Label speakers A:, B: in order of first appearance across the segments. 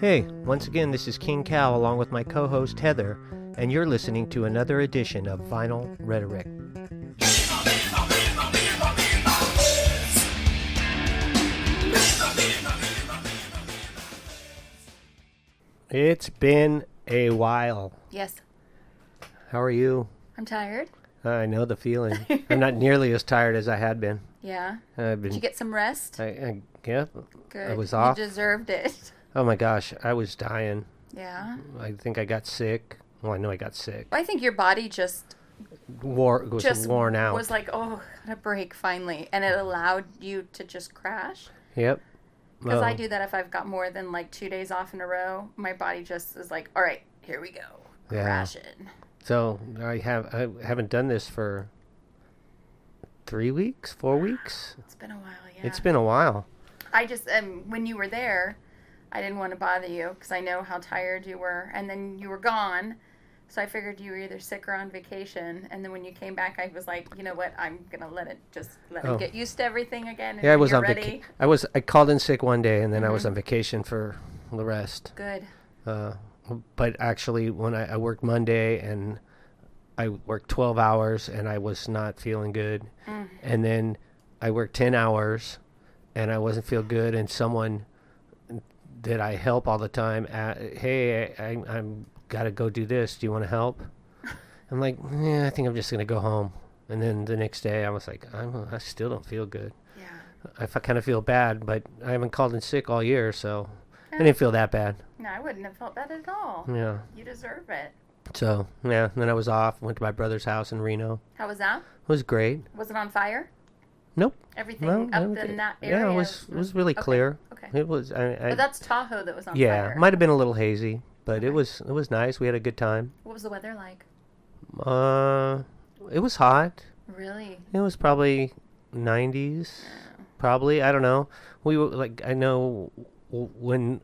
A: Hey, once again, this is King Cal along with my co host Heather, and you're listening to another edition of Vinyl Rhetoric. It's been a while.
B: Yes,
A: How are you?
B: I'm tired.
A: I know the feeling. I'm not nearly as tired as I had been.
B: Yeah.
A: I've
B: Did
A: been.
B: you get some rest?
A: I, I, yeah.
B: Good.
A: was off.
B: You deserved it.
A: Oh my gosh, I was dying.
B: Yeah.
A: I think I got sick. Well, I know I got sick.
B: Well, I think your body just
A: War was
B: just
A: worn out.
B: Was like, oh, I got a break finally, and it allowed you to just crash.
A: Yep.
B: Because I
A: Oh.
B: do that if I've got more than like two days off in a row. My body just is like, all right, here we go,
A: Yeah.
B: crashing.
A: So I have I haven't done this for three weeks, four weeks.
B: It's been a while. Yeah.
A: It's been a while.
B: I just um when you were there, I didn't want to bother you because I know how tired you were, and then you were gone, so I figured you were either sick or on vacation. And then when you came back, I was like, you know what, I'm gonna let it just let
A: Oh.
B: it get used to everything again. And
A: Yeah, I
B: when
A: was
B: you're
A: on vacation.
B: ready.
A: I was I called in sick one day, and then I
B: Mm-hmm.
A: was on vacation for the rest.
B: Good.
A: Uh, but actually, when I, I worked Monday and I worked 12 hours and I was not feeling good.
B: Mm.
A: And then I worked 10 hours and I wasn't feel good. And someone that I help all the time, uh, hey, I, I, I'm got to go do this. Do you want to help? I'm like, yeah, I think I'm just going to go home. And then the next day, I was like, I'm, I still don't feel good.
B: Yeah.
A: I kind of feel bad, but I haven't called in sick all year, so I didn't feel that bad.
B: No, I wouldn't have felt that at all.
A: Yeah.
B: You deserve it.
A: So yeah, and then I was off. Went to my brother's house in Reno.
B: How was that?
A: It was great.
B: Was it on fire?
A: Nope.
B: Everything
A: No,
B: up
A: no,
B: in
A: it-
B: that area?
A: yeah, it was it was really
B: okay,
A: clear.
B: Okay.
A: It was. I, I
B: But that's Tahoe that was on
A: yeah,
B: fire.
A: might have been a little hazy, but it
B: Okay.
A: was it was nice. We had a good time.
B: What was the weather like?
A: Uh, it was hot.
B: Really?
A: It was probably nineties. Probably I don't know. We were like I know w- when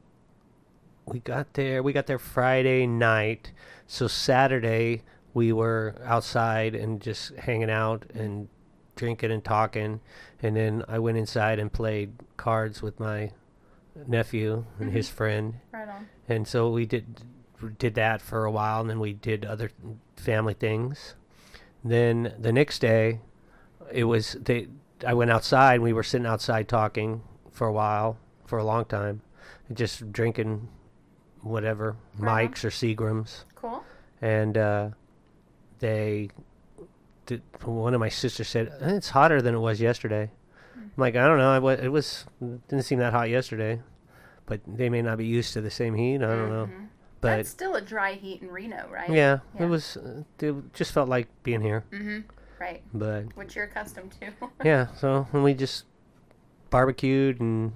A: we got there. We got there Friday night, so Saturday we were outside and just hanging out and drinking and talking. And then I went inside and played cards with my nephew and his
B: Mm-hmm.
A: friend
B: Right on.
A: and so we did did that for a while, and then we did other family things. Then the next day, it was they. I went outside. and We were sitting outside talking for a while, for a long time, just drinking whatever
B: Right on.
A: Mike's or Seagrams,
B: Cool.
A: and uh, they. Did, one of my sisters said "Eh, it's hotter than it was yesterday. I'm like I don't know. I wa- it was didn't seem that hot yesterday, but they may not be used to the same heat. I don't know
B: Mhm.
A: but
B: That's still a dry heat in Reno, right?
A: yeah,
B: yeah.
A: it was. uh, It just felt like being here,
B: Mm-hmm. Right.
A: but
B: Which you're accustomed to.
A: yeah. So and we just barbecued and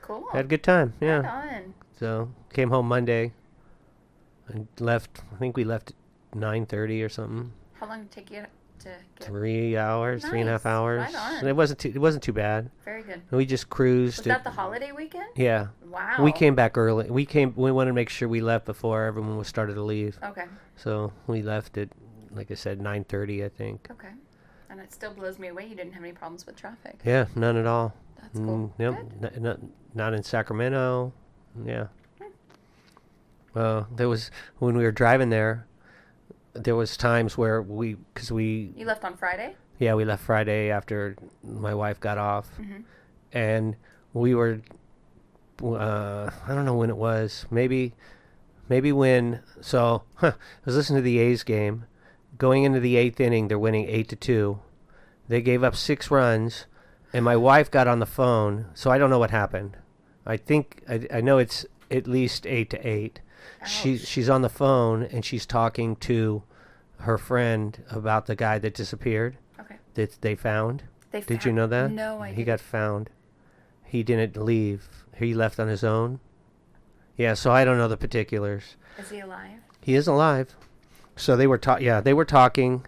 B: cool.
A: had a good time.
B: Right
A: Yeah.
B: on.
A: So came home Monday and left. I think we left at nine thirty or something.
B: How long did it take you to get?
A: Three hours, three and a half
B: Nice.
A: hours.
B: Right on.
A: And it wasn't too. It wasn't too bad.
B: Very good.
A: And we just
B: Was
A: cruised. it-
B: that the holiday weekend?
A: yeah.
B: Wow.
A: We came back early. We came. We wanted to make sure we left before everyone was started to leave.
B: Okay.
A: So we left at, like I said, nine thirty. I think.
B: Okay. And it still blows me away. You didn't have any problems with traffic.
A: Yeah, none at all.
B: That's cool.
A: Mm, yep.
B: Good.
A: N-
B: Hmm.
A: n- not in Sacramento. Yeah. Well, there was when we were driving there. There was times where we, cause we,
B: You left on Friday.
A: yeah, we left Friday after my wife got off,
B: Mhm.
A: and we were, uh, I don't know when it was. Maybe, maybe when. So I was listening to the A's game, going into the eighth inning, they're winning eight to two. They gave up six runs, and my wife got on the phone. So I don't know what happened. I think I, I know it's at least eight to eight. She
B: Ouch.
A: she's on the phone and she's talking to her friend about the guy that disappeared
B: Okay.
A: that they found.
B: They
A: Did you
B: found-
A: know that?
B: No, I.
A: He
B: didn't.
A: got found. He didn't leave. He left on his own. Yeah, so I don't know the particulars.
B: Is he alive?
A: He is alive. So they were ta- yeah, they were talking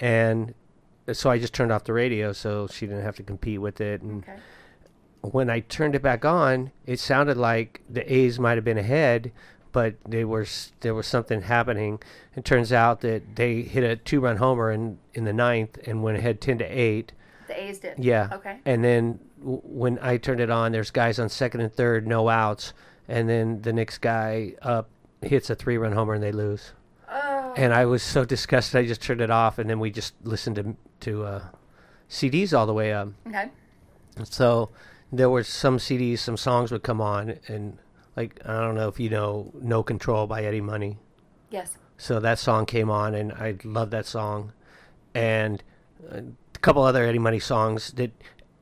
A: and so I just turned off the radio so she didn't have to compete with it and
B: Okay.
A: when I turned it back on, it sounded like the A's might have been ahead, but they were s- there was something happening. It turns out that they hit a two-run homer in in the ninth and went ahead ten to eight.
B: The A's did.
A: Yeah.
B: Okay.
A: And then w- when I turned it on, there's guys on second and third, no outs, and then the next guy up hits a three run homer and they lose.
B: Oh.
A: And I was so disgusted, I just turned it off, and then we just listened to to uh, CDs all the way up.
B: Okay.
A: So there were some CDs, some songs would come on, and like I don't know if you know "No Control" by Eddie Money.
B: Yes.
A: So that song came on, and I love that song, and a couple other Eddie Money songs that.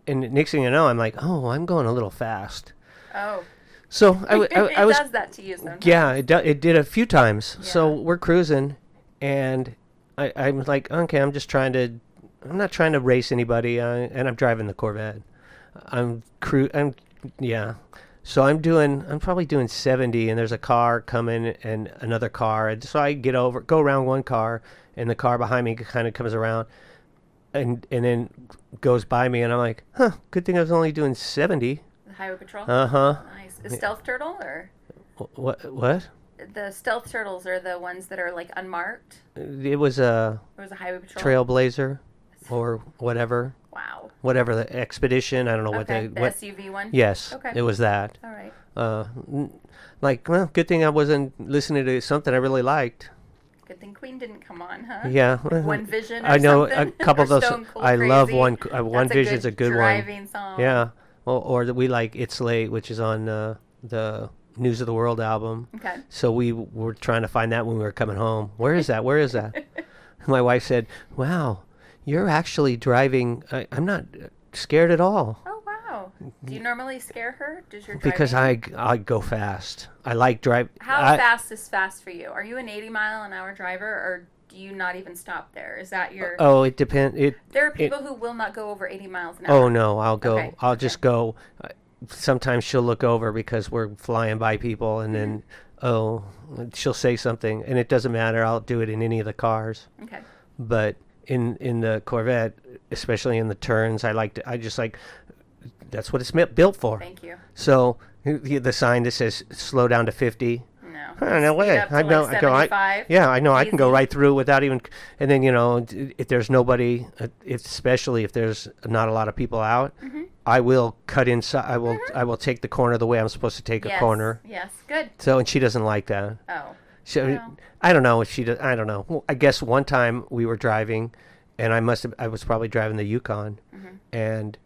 A: And next thing you know, I'm like, oh, I'm going a little fast.
B: Oh.
A: So I, w- I-
B: it
A: I was
B: does that to you sometimes.
A: yeah, it, do, it did a few times. So
B: Yeah.
A: we're cruising, and I, I'm like, okay, I'm just trying to, I'm not trying to race anybody, uh, and I'm driving the Corvette. I'm cru, I'm, yeah. So I'm doing, I'm probably doing 70, and there's a car coming and another car, and so I get over, go around one car, and the car behind me kind of comes around, and and then goes by me, and I'm like, huh, good thing I was only doing 70.
B: The highway patrol.
A: Uh huh.
B: nice. The stealth turtle or
A: What what?
B: the stealth turtles are the ones that are like unmarked.
A: It was a. Uh,
B: It was a highway patrol.
A: trailblazer or whatever
B: Wow.
A: whatever the expedition i don't know Oh, what
B: okay.
A: they
B: the
A: what
B: SUV one.
A: yes
B: Okay.
A: it was that
B: All right.
A: uh n- like well good thing i wasn't listening to something i really liked
B: Good thing Queen didn't come on, huh?
A: yeah
B: One Vision. Or
A: i know
B: something?
A: a couple
B: Or
A: of those
B: Stone Cold
A: i love
B: Crazy.
A: one uh, one
B: That's
A: vision's a good, one
B: driving song.
A: yeah well, or that we like it's late which is on uh, the news of the world album
B: Okay.
A: So we w- were trying to find that when we were coming home. Where is that? Where is that? My wife said, "Wow, you're actually driving. I, I'm not uh, scared at all
B: Oh wow. Do you normally scare her? Does your driving?
A: because I g- I go fast. I like drive.
B: How
A: I,
B: fast is fast for you? Are you an 80 mile an hour driver or do you not even stop there? Is that your
A: Oh, it depends. It.
B: There are people who will not go over 80 miles an hour.
A: Oh no, I'll go.
B: Okay,
A: I'll just go. Uh, Sometimes she'll look over because we're flying by people, and then
B: Mm-hmm.
A: oh, she'll say something, and it doesn't matter. I'll do it in any of the cars.
B: Okay.
A: but in in the Corvette, especially in the turns, I like to. I just like that's what it's mi- built for.
B: Thank you.
A: So the, the sign that says "slow down to 50.
B: No.
A: Oh, no way!
B: up to,
A: I know.
B: like,
A: I go. I,
B: 75.
A: yeah, I know. I can go
B: Easy.
A: right through without even. And then you know, d- if there's nobody, uh, if, especially if there's not a lot of people out,
B: Mm-hmm.
A: I will cut inside. I will. I will take the corner the way I'm supposed to take
B: Yes.
A: a corner.
B: Yes. Good.
A: So and she doesn't like that.
B: Oh.
A: So
B: No.
A: I don't know if she. Does, I don't know. Well, I guess one time we were driving, and I must have. I was probably driving the Yukon, and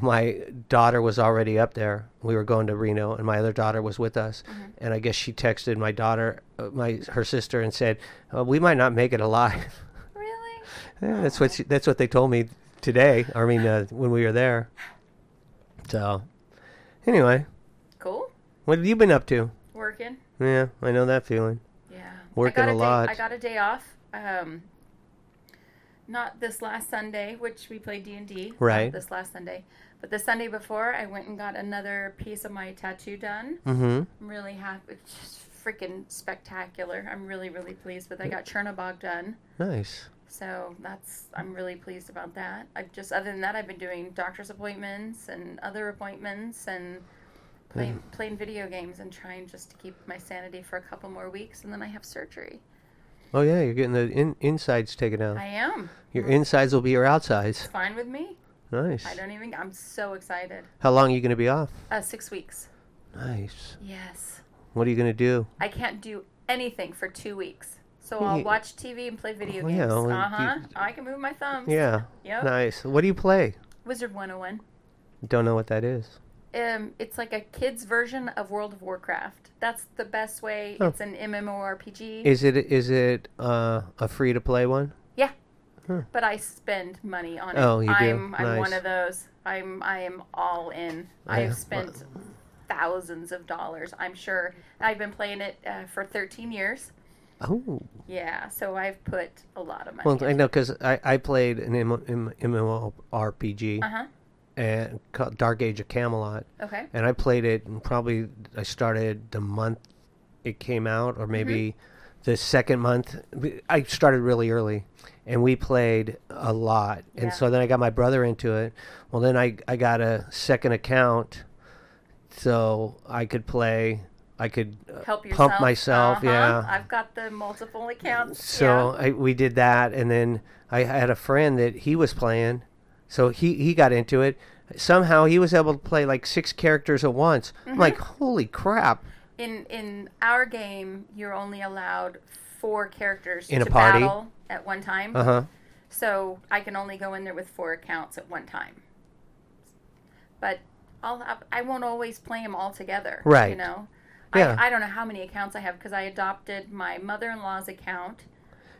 A: my daughter was already up there. We were going to Reno, and my other daughter was with us. And I guess she texted my daughter, uh, my her sister, and said, uh, "We might not make it alive."
B: Really?
A: Yeah, that's what she, that's what they told me today. I mean, uh, when we were there. So, anyway,
B: Cool.
A: what have you been up to?
B: Working.
A: Yeah, I know that feeling.
B: Yeah. I
A: Working
B: got
A: a
B: day-
A: lot.
B: I got a day off. Um not this last Sunday, which we played D&D. not
A: Right.
B: This last Sunday. But the Sunday before, I went and got another piece of my tattoo done.
A: Mm-hmm.
B: I'm really happy. It's just freaking spectacular. I'm really, really pleased with I got Chernobog done.
A: Nice.
B: So that's I'm really pleased about that. I've just other than that I've been doing doctor's appointments and other appointments and playing
A: Hmm.
B: playing video games and trying just to keep my sanity for a couple more weeks and then I have surgery.
A: Oh yeah, you're getting the in, insides taken out.
B: I am.
A: your insides will be your outsides.
B: It's fine with me.
A: Nice.
B: I don't even I'm so excited.
A: How long are you going to be off?
B: Uh 6 weeks.
A: Nice.
B: Yes.
A: What are you going to do?
B: I can't do anything for 2 weeks. So I'll
A: Yeah.
B: watch TV and play video
A: Well,
B: games.
A: yeah, well,
B: uh-huh.
A: you-
B: I can move my thumbs.
A: Yeah.
B: Yep.
A: Nice. What do you play?
B: Wizard 101.
A: Don't know what that is.
B: um, it's like a kid's version of World of Warcraft. That's the best way.
A: Oh.
B: It's an MMORPG.
A: Is it is it uh, a free to play one?
B: yeah.
A: Huh.
B: But I spend money on it.
A: Oh, you do?
B: I'm I'm one
A: Nice.
B: of those. I'm I am all in.
A: I-
B: I've spent thousands of dollars, I'm sure. I've been playing it uh, for 13 years.
A: Oh.
B: Yeah, so I've put a lot of money.
A: Well, I know because I, I played an M- M- MMORPG
B: uh-huh.
A: and called Dark Age of Camelot,
B: Okay.
A: and I played it and probably I started the month it came out or maybe
B: Mm-hmm.
A: the second month We- I started really early and we played a lot
B: Yeah.
A: and so then I got my brother into it well then I I got a second account so I could play I could uh,
B: Help yourself.
A: pump myself
B: Uh-huh.
A: yeah
B: I've got the multiple accounts.
A: so I, we did that, and then I had a friend that he was playing, so he he got
B: Mm-hmm.
A: into it. Somehow he was able to play like six characters at once. I'm like, holy crap!
B: in in our game, you're only allowed four characters
A: In a
B: to
A: party?
B: battle at one time.
A: Uh huh.
B: So I can only go in there with four accounts at one time. But I'll have, I won't always play them all together. You
A: Right.
B: know,
A: Yeah.
B: I, I don't know how many accounts I have because I adopted my mother-in-law's account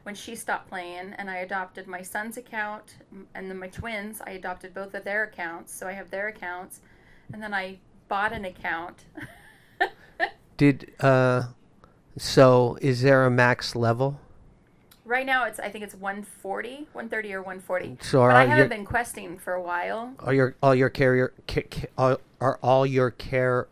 B: when she stopped playing, and I adopted my son's account, m- and then my twins. I adopted both of their accounts, so I have their accounts, and then I bought an account.
A: Did uh, so is there a max level?
B: Right now, it's I think it's 140, 130 or 140.
A: So
B: but
A: are
B: I
A: your-
B: haven't been questing for a while.
A: Are your all your carrier ca- ca- are, are all your care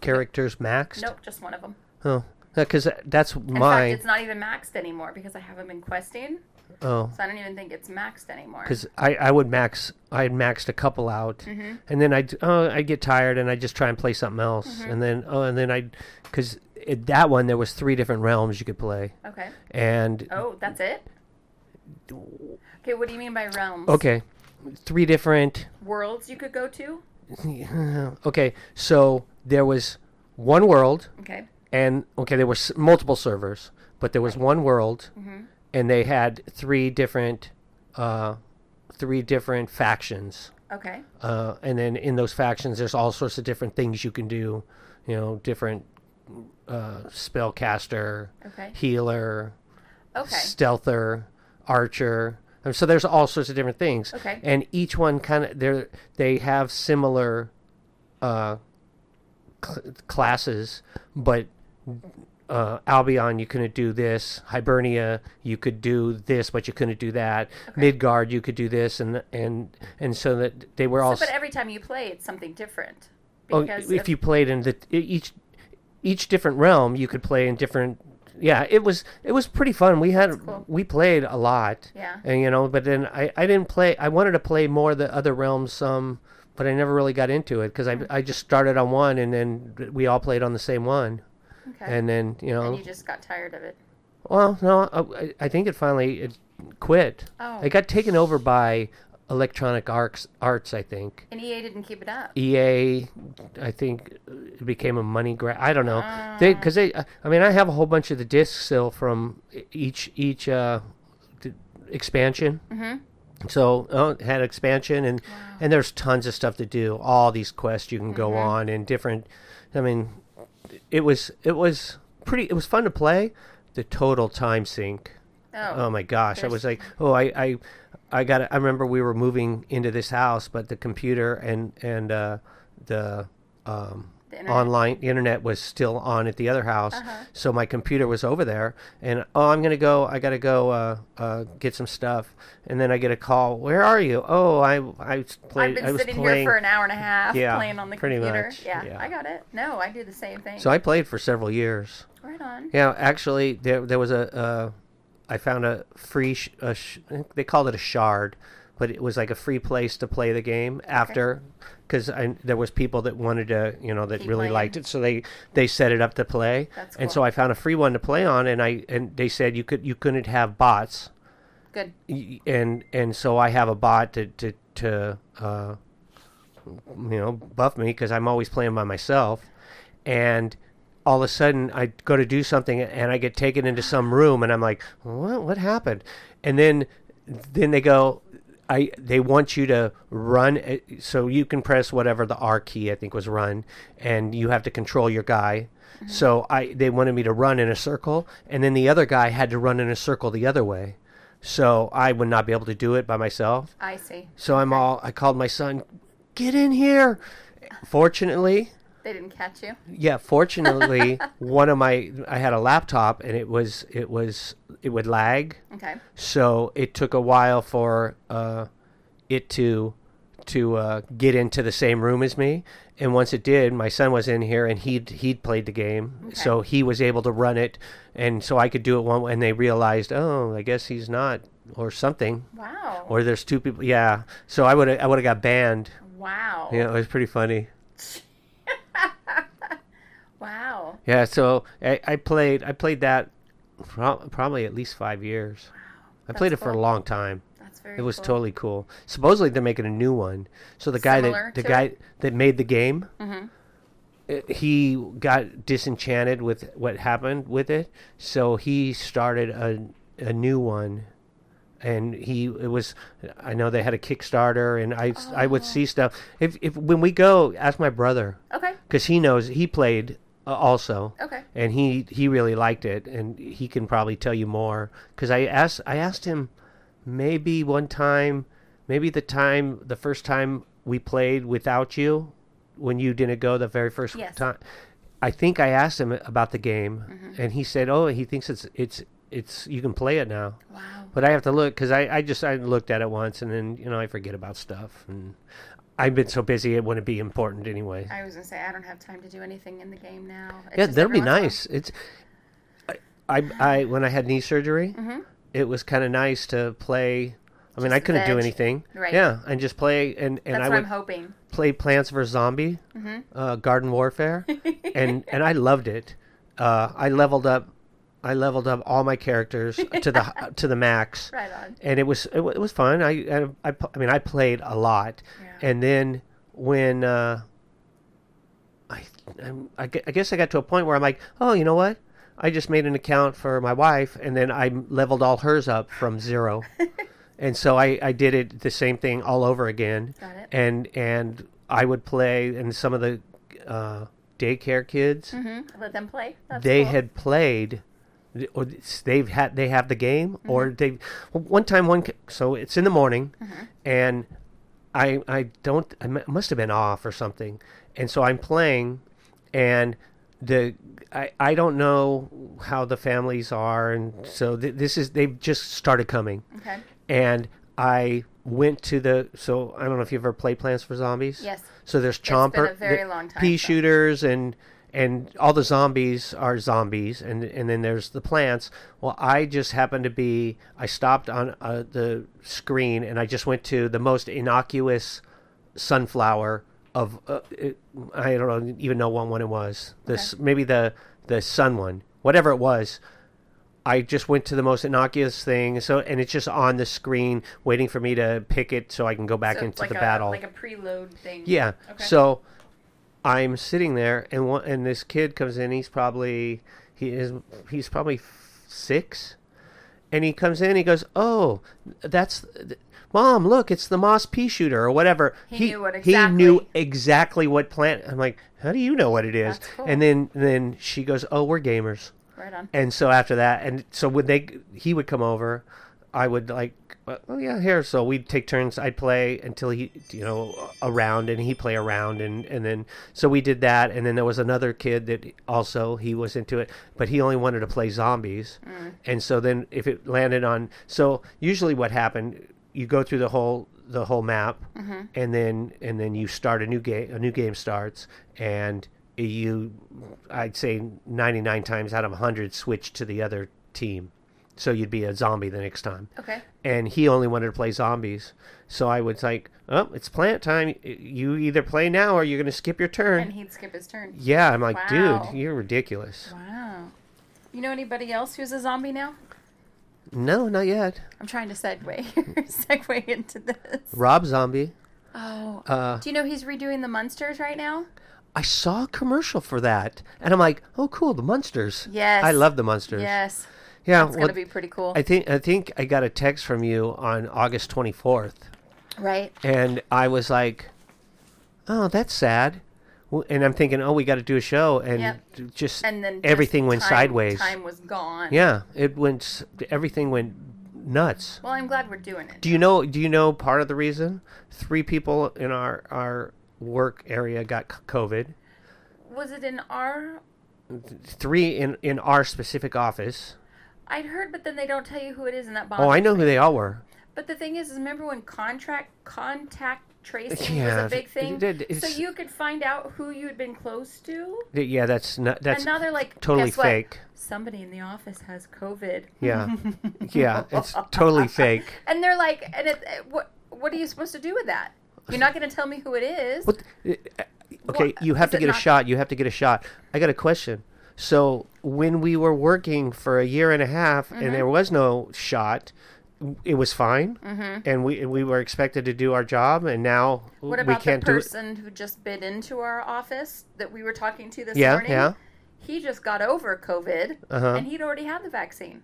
A: characters maxed?
B: Nope, just one of them.
A: Oh, because that's
B: In
A: mine.
B: fact, it's not even maxed anymore because I haven't been questing,
A: oh,
B: so I don't even think it's maxed anymore.
A: because I, I would max I had maxed a couple out,
B: Mm-hmm.
A: and then I oh I get tired and I just try and play something else,
B: Mm-hmm.
A: and then oh and then I because that one there was three different realms you could play,
B: Okay.
A: and
B: Oh, that's it. Okay, what do you mean by realms?
A: okay, three different
B: Worlds you could go to.
A: okay so there was one world
B: Okay.
A: and okay there were s- multiple servers but there was one world and they had three different uh, three different factions
B: Okay.
A: uh, and then in those factions there's all sorts of different things you can do you know different uh, spellcaster
B: Okay.
A: healer
B: Okay.
A: stealther, archer. And so there's all sorts of different things.
B: Okay.
A: And each one kind of they they have similar uh, cl- classes, but uh, Albion you couldn't do this. Hibernia you could do this, but you couldn't do that. Midgard you could do this, and and and so that they were all.
B: So, but every time you play, it's something different.
A: Oh,
B: Because
A: if you played in the e-, each each different realm, you could play in different. Yeah, it was it was pretty fun. We had
B: cool.
A: we played a lot.
B: Yeah.
A: and you know, but then I I didn't play. I wanted to play more the other realms some, but I never really got into it because
B: Mm.
A: I I just started on one and then we all played on the same one.
B: okay.
A: And then you know,
B: And you just got tired of it.
A: well, no, I, I think it finally it quit.
B: Oh.
A: It got taken over by Electronic Arts, Arts, I think.
B: And EA didn't keep it
A: E
B: up.
A: EA, I think, uh, became a money grab. I don't know. they because they. I I mean, I have a whole bunch of the discs still from e- each each uh, d- expansion. Mm-hmm. So uh, it had expansion and and there's tons of stuff to do. All these quests you can go on and different. I mean, it was it was pretty. It was fun to play. The total time sink.
B: Oh.
A: Oh my gosh! I
B: There's-
A: was like, oh, I, I, I got. I remember we were moving into this house, but the computer and and uh, the um,
B: The internet. Uh-huh.
A: online the internet was still on at the other house, so my computer was over there, and oh, I'm gonna go. I gotta go uh, uh, get some stuff, and then I get a call. Where are you? Oh, I I
B: I've
A: played.
B: been
A: I was
B: sitting
A: playing.
B: here for an hour and a half
A: Yeah,
B: playing on the
A: pretty
B: computer.
A: much,
B: Yeah,
A: yeah.
B: I got it. No, I do the same thing.
A: so I played for several years.
B: right on.
A: Yeah, actually, there there was a uh, I found a free sh- a sh- they called it a shard, but it was like a free place to play the game after, because there was people that wanted to you know that
B: Keep
A: really
B: playing.
A: liked it, so they they set it up to play,
B: That's
A: and
B: cool.
A: so I found a free one to play on, and I and they said you could you couldn't have bots,
B: Good.
A: Y- and and so I have a bot to to to uh, you know buff me because I'm always playing by myself, and all of a sudden I go to do something and I get taken into some room and I'm like, what what happened? And then then they go. I, they want you to run, uh, so you can press whatever the R key I think was run, and you have to control your guy. So I they wanted me to run in a circle, and then the other guy had to run in a circle the other way so I would not be able to do it by myself.
B: I see.
A: So I'm all I called my son, get in here. Fortunately,
B: They didn't catch you.
A: yeah, fortunately, one of my I had a laptop and it was it was it would lag,
B: Okay.
A: so it took a while for uh, it to to uh, get into the same room as me. And once it did, my son was in here and he'd he'd played the game, so he was able to run it, and so I could do it one. And they realized, oh, I guess he's not or something
B: Wow.
A: or there's two people. Yeah, so I would I would have got banned.
B: wow.
A: Yeah, it was pretty funny.
B: Wow.
A: Yeah, so I, I played I played that pro- probably at least five years. I played it
B: That's
A: for a
B: cool.
A: long time.
B: That's very
A: It was
B: cool.
A: totally cool. Supposedly they're making a new one. So the guy
B: Similar Mm-hmm.
A: that the
B: to
A: guy
B: it?
A: that made the game it- he got disenchanted with what happened with it, so he started a a new one, and he it was I know they had a Kickstarter, and I I
B: Oh.
A: would see stuff if if when we go ask my brother
B: Okay.
A: because he knows he played uh, also
B: Okay.
A: and he he really liked it and he can probably tell you more because i asked i asked him maybe one time maybe the time the first time we played without you when you didn't go the very first
B: Yes.
A: time i think i asked him about the game and he said oh he thinks it's it's it's you can play it now
B: Wow.
A: but I have to look because I, I just I looked at it once and then you know I forget about stuff and I've been so busy it wouldn't be important anyway.
B: I was gonna say I don't have time to do anything in the game now. It's
A: yeah,
B: just
A: that'll be
B: every once in a
A: nice.
B: while.
A: It's I, I I when I had knee surgery, it was kind of nice to play. I mean, I
B: Mm-hmm. Just
A: couldn't do
B: veg.
A: anything.
B: Right.
A: Yeah, and just play and and
B: That's
A: I
B: what I'm Mm-hmm.
A: would
B: hoping.
A: play Plants vs Zombie, uh, Garden Warfare, and and I loved it. Uh, I leveled up. I leveled up all my characters to the to the max.
B: Right on.
A: and it was it, wa- it was fun. I, I I pu- I mean I played a lot,
B: Yeah.
A: and then when uh, I, I'm- I gue- I guess I got to a point where I'm like, oh, you know what? I just made an account for my wife, and then I leveled all hers up from zero, and so I I did it the same thing all over again,
B: Got it.
A: and and I would play and some of the uh, daycare kids
B: Mm-hmm. Let them play. That's
A: they
B: cool.
A: had played th- or it's- they've had they have the game
B: Mm-hmm.
A: or they well, one time one c- so it's in the morning
B: Mm-hmm.
A: and i i don't i mu- must have been off or something and so i'm playing and the i i don't know how the families are and so th- this is they've just started coming
B: Okay.
A: and i went to the so i don't know if you've ever played plants for zombies
B: Yes.
A: so there's
B: been a
A: chomper,
B: very
A: the
B: long time,
A: pea
B: so-
A: shooters, and and all the zombies are zombies, and and then there's the plants. Well, I just happened to be I stopped on uh, the screen and I just went to the most innocuous sunflower of uh, it, I don't know, even know what one it was. This maybe the the sun one, whatever it was. I just went to the most innocuous thing, so and it's just on the screen waiting for me to pick it so I can go back
B: So
A: into
B: it's like
A: the
B: a,
A: battle.
B: Like a preload thing.
A: Yeah.
B: Okay.
A: So I'm sitting there, and one, and this kid comes in. He's probably he is he's probably f- six, and he comes in. He goes, "Oh, that's th- mom. Look, it's the Moss pea shooter or whatever."
B: He knew what
A: He knew
B: exactly-
A: exactly what plant. I'm like, "How do you know what it is?"
B: That's cool.
A: And then then she goes, "Oh, we're gamers."
B: Right on.
A: And so after that, and so when they he would come over, I would like, oh yeah, here. So we'd take turns. I'd play until he, you know, a round, and he'd play a round, and and then so we did that. And then there was another kid that also he was into it, but he only wanted to play zombies. And so then if it landed on, so usually what happened, you go through the whole the whole map, and then and then you start a new game. A new game starts, and you i'd say 99 times out of 100 switch to the other team so you'd be a zombie the next time
B: Okay.
A: and he only wanted to play zombies so i was like oh it's plant time you either play now or you're going to skip your turn
B: And he'd skip his turn.
A: yeah i'm like
B: Wow.
A: dude you're ridiculous
B: Wow. You know anybody else who's a zombie now?
A: no not yet
B: I'm trying to segue segue into this.
A: rob zombie
B: Oh.
A: uh,
B: Do you know he's redoing the Munsters right now?
A: i saw a commercial for that and i'm like oh cool the munsters
B: Yes.
A: i love the munsters
B: Yes.
A: yeah
B: It's
A: well,
B: gonna be pretty cool.
A: i think i think i got a text from you on august 24th
B: right.
A: and I was like, "Oh, that's sad." W- And I'm thinking, "Oh, we got to do a show," and
B: Yep.
A: j- just
B: And then just
A: everything went
B: time-
A: sideways.
B: Time was gone.
A: Yeah, it went. s- Everything went nuts.
B: Well, I'm glad we're doing it.
A: Do you know? Do you know part of the reason? Three people in our our work area got c- COVID.
B: was it in our?
A: Three in in our specific office.
B: I'd heard, but then they don't tell you who it is, and that bothers.
A: Oh, I know who they all were.
B: But the thing is, is remember when contract contact tracing
A: Yeah,
B: was a big thing?
A: it- it-
B: so
A: it's-
B: you could find out who you'd been close to.
A: Th- Yeah, that's not. That's
B: and now they're like,
A: totally
B: "Guess what?
A: fake.
B: Somebody in the office has COVID.
A: Yeah, yeah, it's totally fake.
B: And they're like, and it, it- what what are you supposed to do with that? You're not going to tell me who it is.
A: What? th- uh, Okay, you have
B: is
A: to
B: it
A: get a
B: not-
A: shot. You have to get a shot. I got a question.
B: Mm-hmm.
A: So when we were working for a year and a half, and there was no shot, it was fine, and we and we were expected to do our job, and now
B: Mm-hmm. What
A: we
B: about the
A: can't do it.
B: person who just bid into our office that we were talking to this
A: Yeah,
B: morning?
A: yeah.
B: He just got over COVID,
A: Uh-huh.
B: and he'd already had the vaccine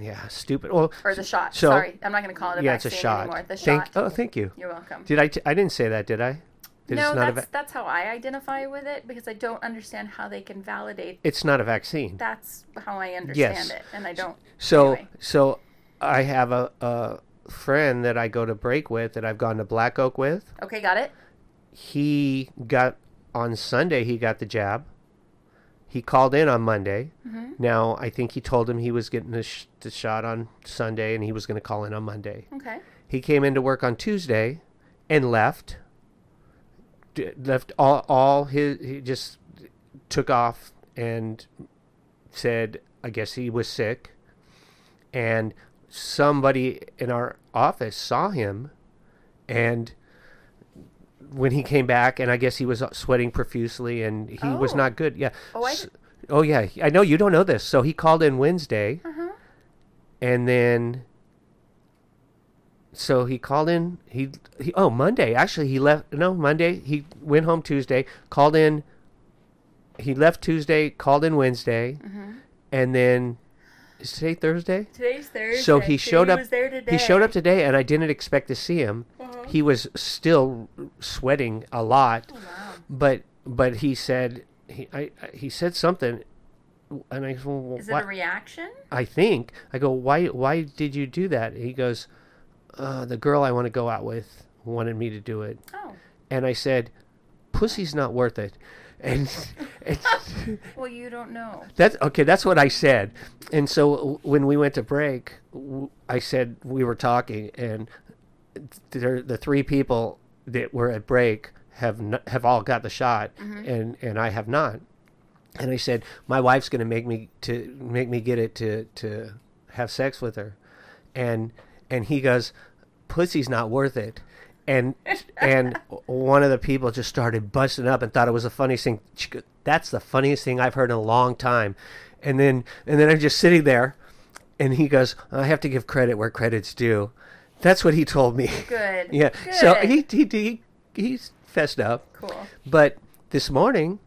A: Yeah, stupid. Well,
B: or the shot.
A: So-
B: Sorry, I'm not going to call it a
A: yeah, it's
B: vaccine
A: a shot.
B: anymore. The shot.
A: Thank, oh, thank you.
B: You're welcome.
A: Did I? T- I didn't say that, did I? That
B: no,
A: it's not a
B: that's
A: va-
B: that's how I identify with it because I don't understand how they can validate.
A: it's not a vaccine.
B: That's how I understand
A: Yes.
B: it, and I don't.
A: So
B: Anyway.
A: so I have a, a friend that I go to break with that I've gone to Black Oak with.
B: Okay, got it.
A: He got on Sunday he got the jab. He called in on Monday. Now I think he told him he was getting the, sh- the shot on Sunday and he was going to call in on Monday.
B: Okay.
A: He came into work on Tuesday and left. D- left all, all his, he just took off and said, I guess he was sick. And somebody in our office saw him. And when he came back, and I guess he was sweating profusely and he was
B: Oh.
A: not good. Yeah.
B: Oh, I-
A: S- oh, yeah. I know you don't know this. So he called in Wednesday
B: Uh huh.
A: and then so he called in he, he oh monday actually he left no monday he went home tuesday called in he left tuesday called in wednesday
B: Mm-hmm.
A: and then is today thursday
B: Today's Thursday.
A: so he showed
B: he
A: up
B: Was there today.
A: he showed up today and i didn't expect to see him
B: Oh,
A: he was still sweating a lot
B: wow.
A: but but he said he I, I- he said something and i said well,
B: Is
A: why-
B: it a reaction?
A: I think. I go, why? Why did you do that? He goes, uh, the girl I want to go out with wanted me to do it,
B: Oh.
A: and I said, pussy's not worth it, and, and
B: Well, you don't know.
A: that's okay. That's what I said. And so w- when we went to break, w- I said we were talking, and there, the three people that were at break have n have all got the shot, and and I have not. And I said my wife's going to make me to make me get it to to have sex with her, and and he goes, pussy's not worth it. And and one of the people just started busting up and thought it was the funniest thing. She go- That's the funniest thing I've heard in a long time. And then and then I'm just sitting there, and he goes, I have to give credit where credit's due. That's what he told me.
B: Good.
A: yeah.
B: Good.
A: So he he he he's fessed up.
B: Cool.
A: But this morning,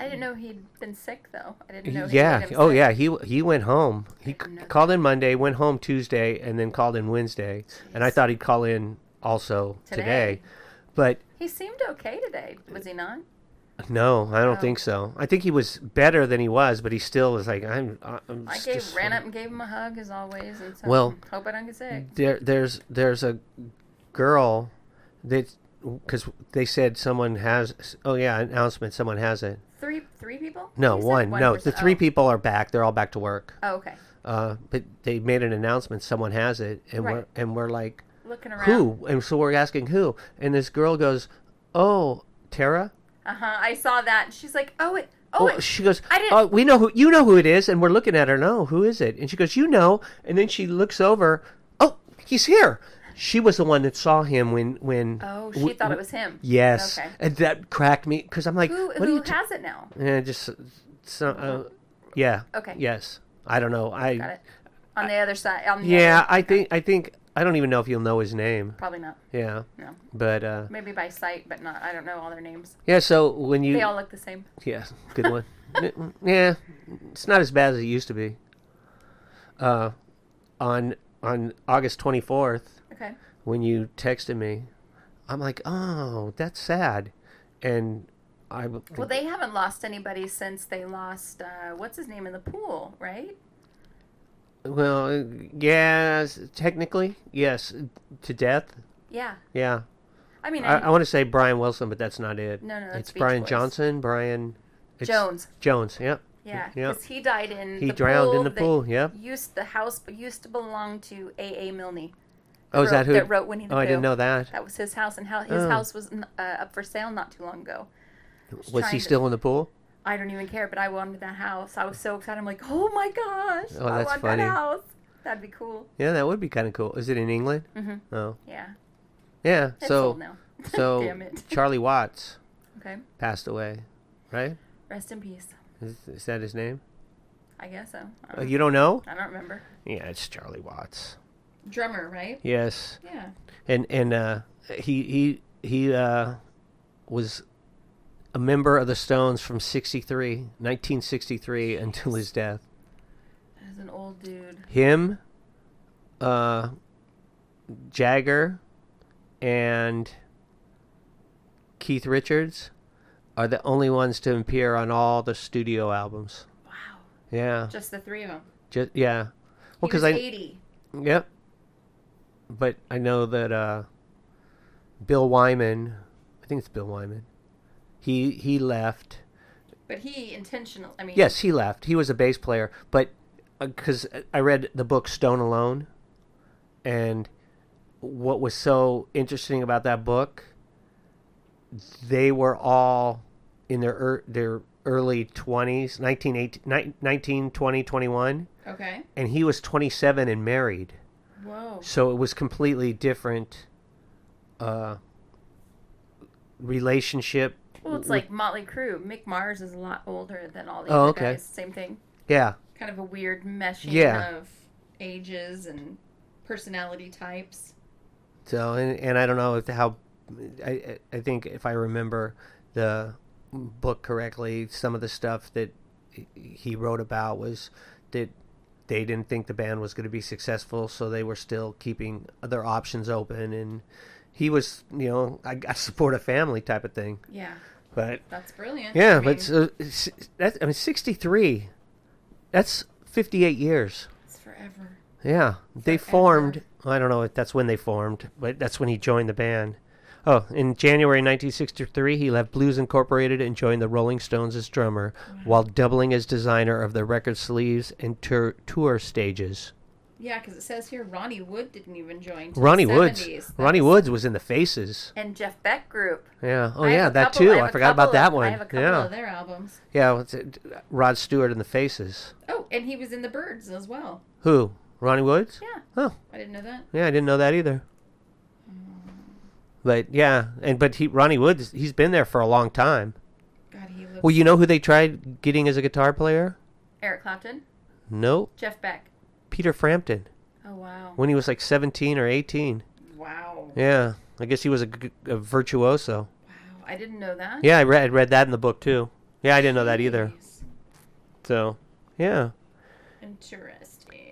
B: I didn't know he'd been sick though. I didn't know. he
A: yeah.
B: made him
A: Oh
B: sick.
A: yeah. He he went home. He
B: didn't know
A: c- called in Monday, went home Tuesday, and then called in Wednesday. And I
B: Jeez.
A: thought he'd call in also
B: Today.
A: today. But
B: He seemed okay today. Was he not?
A: No, I don't
B: Oh.
A: think so. I think he was better than he was, but he still was like, I'm. uh, I'm
B: I
A: just-
B: gave
A: just-
B: ran up and gave him a hug as always, and so
A: Well-
B: hope I don't get sick.
A: There, there's there's a girl that because they said someone has. Oh yeah, announcement. Someone has it.
B: Three three people?
A: No,
B: You said
A: one. No,
B: person.
A: the three
B: Oh.
A: people are back. They're all back to work.
B: Oh, okay.
A: Uh, but they made an announcement. Someone has it, and
B: Right.
A: we're and we're like,
B: Looking around.
A: who? And so we're asking who, and this girl goes, oh, Tara.
B: Uh huh. I saw that. She's like, oh it, oh
A: Well,
B: it.
A: she goes,
B: I didn't-
A: "Oh, we know who you know who it is," and we're looking at her. No, who is it? And she goes, "You know." And then she looks over. Oh, he's here. She was the one that saw him when when.
B: oh, she
A: w-
B: thought it
A: w-
B: was him.
A: Yes,
B: Okay.
A: and that cracked me because I'm like,
B: Who
A: "What are
B: who
A: you?" T-
B: has it now?
A: yeah, just so, uh, yeah.
B: Okay.
A: Yes, I don't know. I
B: Got it. On the other side. On the
A: yeah,
B: other-
A: I think I think I don't even know if you'll know his name.
B: probably not.
A: Yeah,
B: No.
A: but uh,
B: Maybe by sight, but not. I don't know all their names.
A: yeah. So when you
B: They all look the same.
A: Yeah, good one. N- yeah, it's not as bad as it used to be. Uh, on on August twenty fourth,
B: Okay.
A: when you texted me, I'm like, oh, that's sad, and I w-
B: Well, they haven't lost anybody since they lost uh, what's his name in the pool, right?
A: well, yes, technically, yes, to death,
B: Yeah.
A: yeah.
B: I mean,
A: I,
B: I,
A: I want to say Brian Wilson, but that's not it.
B: No, no, that's
A: it's
B: Beach
A: Brian
B: Boys.
A: Johnson, Brian it's
B: Jones.
A: Jones, yep.
B: Yeah,
A: Yeah.
B: because he died in.
A: He
B: the
A: drowned
B: pool
A: in the
B: that
A: pool, yep.
B: Used the house, but used to belong to A. A. Milne.
A: Oh, is
B: wrote-
A: that who?
B: that wrote Winnie the
A: oh, I didn't
B: Pooh.
A: know that.
B: That was his house, and how his
A: Oh.
B: house was n- uh, up for sale not too long ago.
A: Was
B: trying
A: he
B: to-
A: still in the pool?
B: I don't even care, but I wanted that house. I was so excited. I'm like, oh my gosh,
A: Oh,
B: I
A: that's
B: want
A: funny.
B: that house. That'd be cool.
A: Yeah, that would be kind of cool. Is it in England?
B: Mhm.
A: Oh,
B: Yeah,
A: yeah.
B: it's
A: so,
B: sold now.
A: so
B: Damn it.
A: Charlie Watts
B: Okay,
A: passed away, right?
B: rest in peace.
A: Is, is that his name?
B: I guess so. I
A: Uh,
B: don't,
A: you don't know?
B: I don't remember.
A: Yeah, it's Charlie Watts.
B: drummer, right?
A: Yes.
B: Yeah.
A: and and uh, he he he uh, was a member of the Stones from 63, 1963 until his death.
B: That is an old dude.
A: Him, uh, Jagger, and Keith Richards are the only ones to appear on all the studio albums.
B: Wow.
A: Yeah,
B: Just the three of them.
A: just yeah. Well, because
B: he
A: I
B: was 80.
A: Yep. But I know that uh, Bill Wyman, I think it's Bill Wyman. He he left.
B: But he intentional. I mean,
A: Yes, he left. He was a bass player, but because I read the book Stone Alone, and what was so interesting about that book, they were all in their er, their early 20s, 19, 18, nine- 19, 20, 21,
B: Okay.
A: and he was 27 and married.
B: Whoa.
A: So it was completely different uh, relationship.
B: Well, it's like Motley Crue. Mick Mars is a lot older than all the
A: Oh,
B: other
A: okay.
B: guys. Same thing.
A: Yeah,
B: Kind of a weird meshing
A: Yeah.
B: of ages and personality types.
A: so and, and I don't know if how I I- I think if I remember the book correctly, some of the stuff that he- he wrote about was that they didn't think the band was going to be successful, so they were still keeping other options open, and he was you know I got to support a family type of thing,
B: Yeah,
A: but
B: that's brilliant.
A: Yeah,
B: I mean,
A: but so, s- that's I mean sixty three. That's fifty eight years.
B: it's forever.
A: Yeah, they
B: Forever.
A: formed. I don't know if that's when they formed, but that's when he joined the band. Oh, in January 1963, he left Blues Incorporated and joined the Rolling Stones as drummer, while doubling as designer of their record sleeves and tour, tour stages.
B: Yeah, because it says here Ronnie Wood didn't even join. till
A: Ronnie
B: the
A: Woods,
B: 70s. That
A: Ronnie
B: was-
A: Woods was in the Faces.
B: and Jeff Beck Group.
A: Yeah. Oh
B: I have
A: yeah,
B: a
A: that
B: couple-
A: too.
B: have
A: I
B: a
A: forgot about
B: couple
A: that
B: of-
A: one.
B: I have a couple
A: yeah.
B: of their albums.
A: Yeah. what's it- Rod Stewart in the Faces.
B: Oh, and he was in the Birds as well.
A: Who? Ronnie Woods?
B: Yeah.
A: Oh.
B: I didn't know that.
A: Yeah, I didn't know that either.
B: Mm.
A: But yeah, and but he Ronnie Woods, he's been there for a long time.
B: God, he lived.
A: Well, you know who they tried getting as a guitar player?
B: Eric Clapton,
A: No,
B: Jeff Beck.
A: Peter Frampton
B: Oh wow.
A: when he was like 17 or 18.
B: Wow.
A: Yeah, I guess he was a, g- a virtuoso.
B: Wow. I didn't know that.
A: Yeah, I read read that in the book too. Yeah, I didn't know that either.
B: Jeez.
A: So, yeah.
B: Interesting.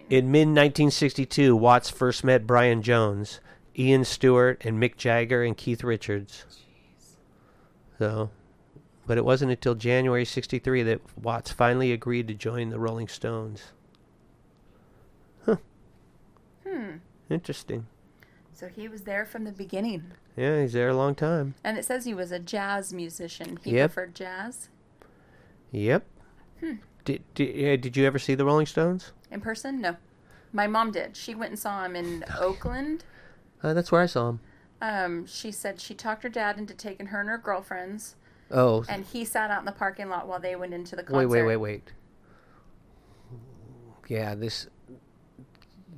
A: In mid 1962, Watts first met Brian Jones, Ian Stewart, and Mick Jagger and Keith Richards.
B: Jeez.
A: So, but it wasn't until January '63 that Watts finally agreed to join the Rolling Stones. Huh.
B: Hmm.
A: Interesting.
B: So he was there from the beginning.
A: Yeah, he's there a long time.
B: And it says he was a jazz musician. He
A: Yep.
B: preferred jazz
A: Yep.
B: Hmm.
A: Did did, uh, did you ever see the Rolling Stones?
B: in person? No. My mom did. She went and saw him in Oakland.
A: Uh, that's where I saw him.
B: Um, she said she talked her dad into taking her and her girlfriends,
A: Oh,
B: and he sat out in the parking lot while they went into the concert.
A: wait, wait, wait, wait. Yeah, this.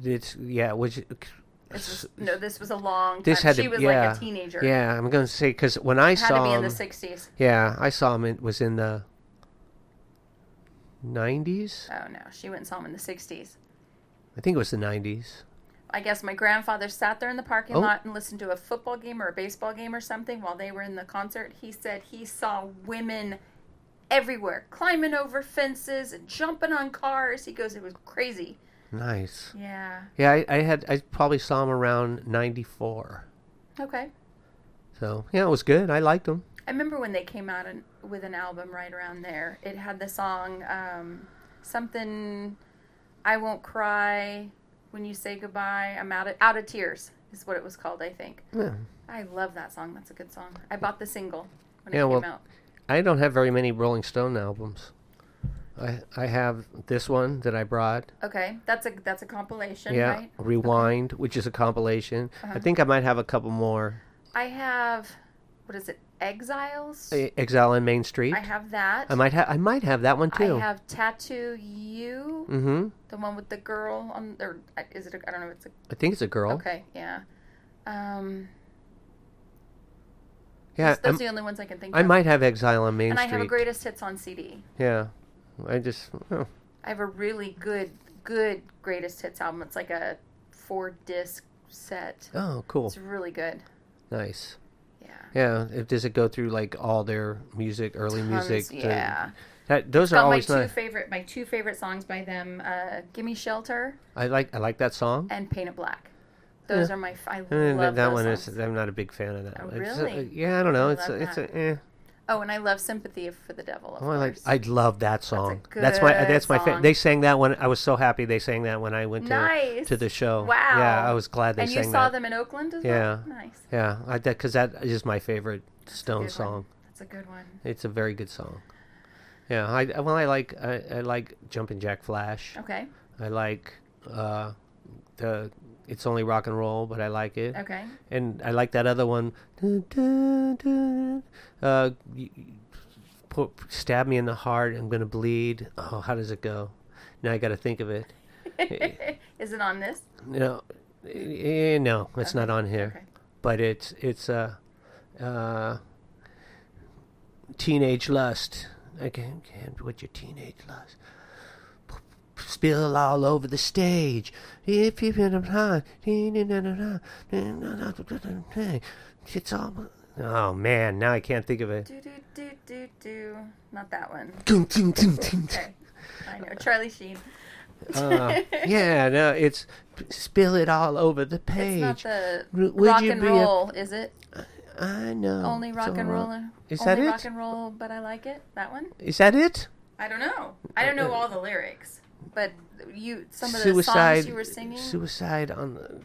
A: It's yeah. Which
B: This was, no, this was a long time.
A: this had
B: she
A: to
B: was
A: yeah
B: like a teenager.
A: yeah. I'm gonna say because when I
B: It had
A: saw
B: to be
A: him,
B: in the 60s.
A: Yeah, I saw him. It was in the '90s.
B: Oh, no. She went and saw him in the 60s.
A: I think it was the '90s.
B: I guess my grandfather sat there in the parking
A: Oh.
B: lot and listened to a football game or a baseball game or something while they were in the concert. He said he saw women everywhere climbing over fences and jumping on cars. He goes, it was crazy.
A: Nice.
B: Yeah.
A: Yeah, I, I had. I probably saw him around '94.
B: Okay.
A: So yeah, it was good. I liked him.
B: I remember when they came out an, with an album right around there. It had the song um, something I won't cry when you say goodbye. I'm out of out of tears is what it was called, I think.
A: Yeah.
B: I love that song. That's a good song. I bought the single when
A: Yeah,
B: it came
A: well,
B: out.
A: I don't have very many Rolling Stone albums. I I have this one that I brought.
B: Okay, that's a that's a compilation,
A: yeah,
B: right?
A: Rewind, which is a compilation.
B: Uh-huh.
A: I think I might have a couple more.
B: I have what is it? Exiles.
A: E- Exile on Main Street.
B: I have that.
A: I might have. I might have that one
B: I
A: too.
B: have Tattoo You,
A: mm-hmm.
B: the one with the girl on or uh, is it a, I don't know, if it's a
A: I think it's a girl.
B: Okay, yeah. Um
A: Yeah.
B: those- those
A: I'm-
B: are the only ones I can think
A: I
B: of.
A: might have Exile on Main
B: and I
A: Street.
B: have a greatest hits on CD.
A: Yeah, I just oh,
B: I have a really good good greatest hits album. It's like a four disc set.
A: Oh, cool.
B: It's really good.
A: Nice.
B: Yeah.
A: Yeah. If, does it go through like all their music, early
B: Tons,
A: music? to-
B: yeah.
A: That, those are
B: Got my
A: always
B: two
A: nice.
B: favorite my two favorite songs by them, uh, "Gimme Shelter"
A: I like I like that song.
B: and "Paint It Black." Those
A: Yeah.
B: are my. f- I
A: And
B: love
A: that
B: those
A: one
B: songs.
A: is I'm not a big fan of that.
B: Oh,
A: one. It's, uh,
B: really?
A: yeah, I don't know.
B: I
A: it's a,
B: love
A: it's
B: that.
A: a, eh.
B: Oh, and I love "Sympathy for the Devil." Of
A: Oh, I like
B: course.
A: I love that song. That's, my
B: good
A: that's my fa-
B: song.
A: they sang that one. I was so happy they sang that when I went to
B: Nice.
A: to the show.
B: Wow.
A: Yeah, I was glad they
B: and you
A: sang
B: saw
A: that.
B: them in Oakland as
A: Yeah.
B: well. Nice.
A: Yeah, I that cuz that is my favorite Stone
B: Good
A: song.
B: One. That's a good one.
A: It's a very good song. Yeah, I well I like I, I like Jumpin' Jack Flash.
B: Okay.
A: I like uh the it's only rock and roll, but I like it.
B: Okay.
A: And I like that other one. Dun, dun, dun. Uh, y- y- pu- stab me in the heart. I'm gonna bleed. Oh, how does it go? Now I got to think of it.
B: is it on this?
A: No, eh, no, it's not on here.
B: Okay.
A: But it's it's uh, uh, teenage lust. I can't, can't with your teenage lust. P- p- Spill all over the stage. If you've been upon- It's all. Oh man, now I can't think of it.
B: Do do do do do. Not that one.
A: Uh,
B: Okay. I know Charlie Sheen.
A: Uh, yeah, no, it's spill it all over the
B: It's
A: page.
B: not the
A: W- would
B: rock
A: you
B: and
A: be a-
B: roll, is it?
A: I know.
B: Only
A: it's
B: rock and
A: all-
B: roll. uh,
A: Is
B: only
A: that it?
B: rock and roll, but I like it. That one.
A: Is that it?
B: I don't know. I
A: Uh,
B: don't know all the lyrics, but you some of the songs you were singing.
A: Suicide on the.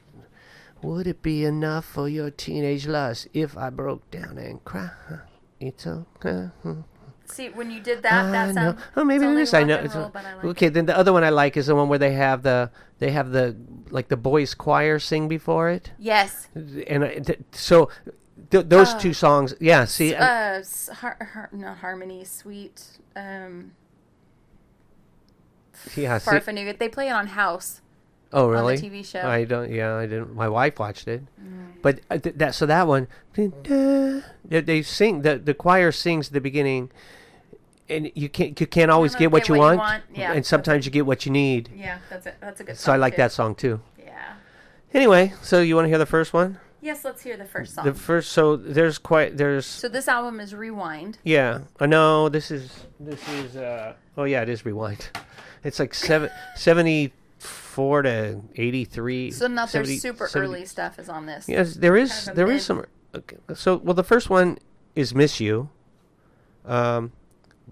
A: Would it be enough for your teenage lust if I broke down and cried? It's okay.
B: See, when you did that, that
A: I
B: sound.
A: know. Oh, maybe
B: it's
A: it
B: only
A: is. I
B: rock
A: know.
B: and
A: It's
B: roll,
A: a-
B: but I like
A: okay, then the other one I like is the one where they have the they have the like the boys choir sing before it,
B: Yes.
A: and I, th- so th- those
B: Oh.
A: two songs. Yeah, see, I-
B: Uh, s- har- har- not harmony, sweet. Um,
A: yeah, see-
B: Farfanuga. They play it on House.
A: Oh, really?
B: TV show. Mm.
A: I don't. Yeah, I didn't. My wife watched it, but uh, th- that so that one they, they sing the the choir sings at the beginning, and you can't you can't always
B: don't
A: get what, you, want,
B: Yeah,
A: and
B: that's
A: sometimes you get what you need.
B: Yeah, that's it. That's a good.
A: So I
B: song,
A: like
B: too.
A: that song too.
B: Yeah.
A: Anyway, so you want to hear the first one?
B: Yes, let's hear the first song.
A: The first. So there's quite there's
B: so this album is Rewind.
A: yeah. Uh, no, this is this is uh oh yeah it is rewind. It's like seven seventy four to 83
B: So not their
A: 70
B: super
A: 70
B: early stuff is on this.
A: Yes, there is
B: Kind of a
A: there is
B: mid-
A: some. Okay. So well, the first one is Miss You, um,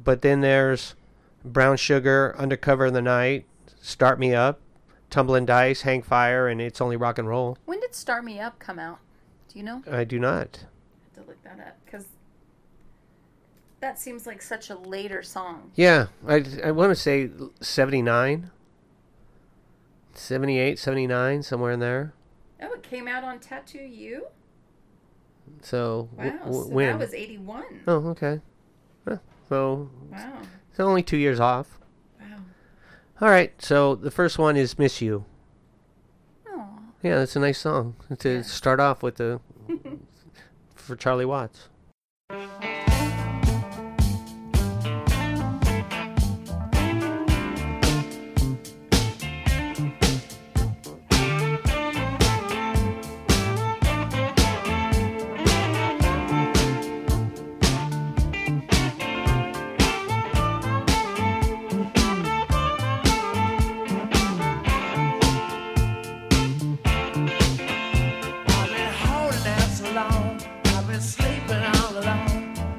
A: but then there's Brown Sugar, Undercover in the Night, Start Me Up, Tumbling Dice, Hang Fire, and It's Only Rock and Roll.
B: When did Star Me Up come out? Do you know?
A: I do not.
B: have to look that up because that seems like such a later song.
A: Yeah, I I want to say 79, 78, 79, somewhere in there.
B: Oh, it came out on Tattoo You.
A: So
B: Wow,
A: w- w-
B: so
A: when?
B: that was eighty-one.
A: oh, okay. Huh, So
B: Wow,
A: it's only two years off.
B: wow.
A: All right. So the first one is Miss You.
B: Oh,
A: Yeah, that's a nice song to
B: Yeah.
A: start off with the for Charlie Watts.
C: I've been holding out so long. I've been sleeping on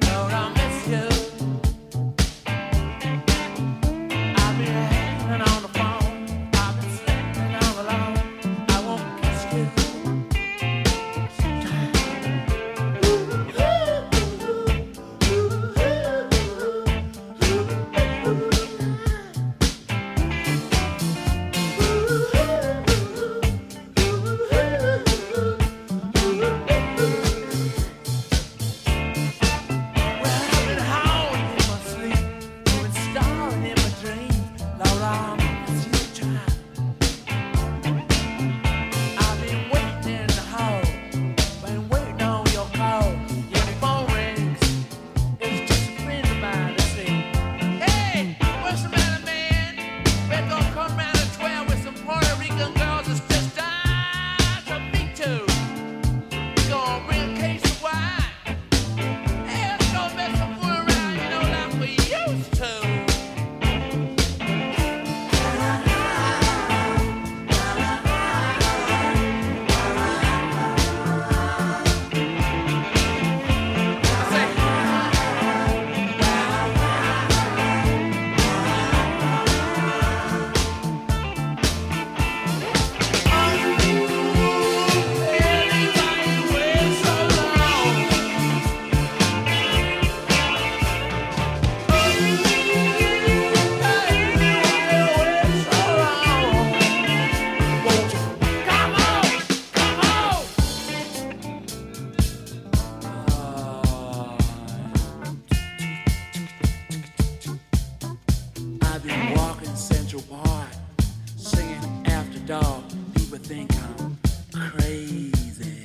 C: dog. People think I'm crazy.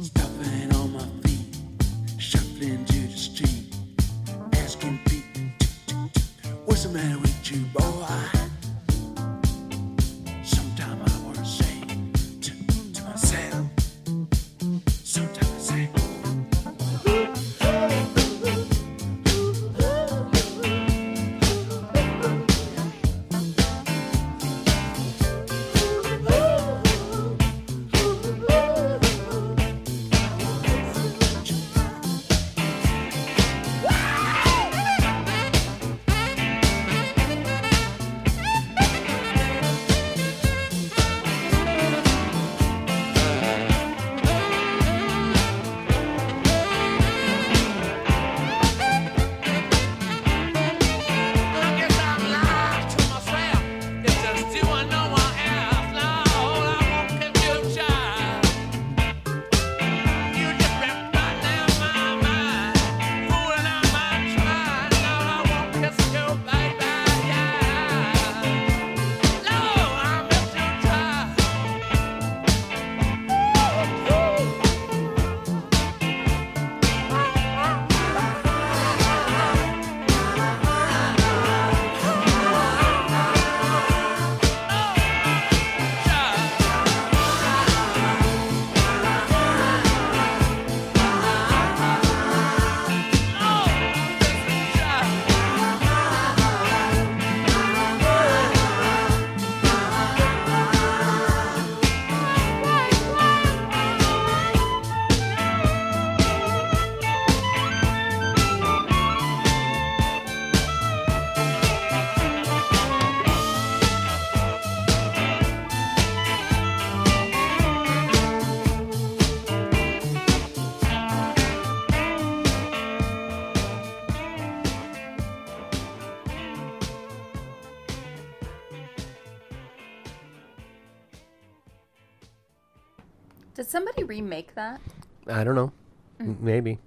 C: Stumbling on my feet, shuffling to the street, asking people, "What's the matter with you, boy?" Sometimes I wanna say to, to myself. Sometimes I say.
D: I guess I'm lying to myself. It's just you and no one else. Now all I want is you, child. You just been running my mind, fooling out my pride. Now I want is you, baby, yeah. No, I miss you, child. Child.
B: Did somebody remake that?
A: I don't know.
B: Mm.
A: M- Maybe.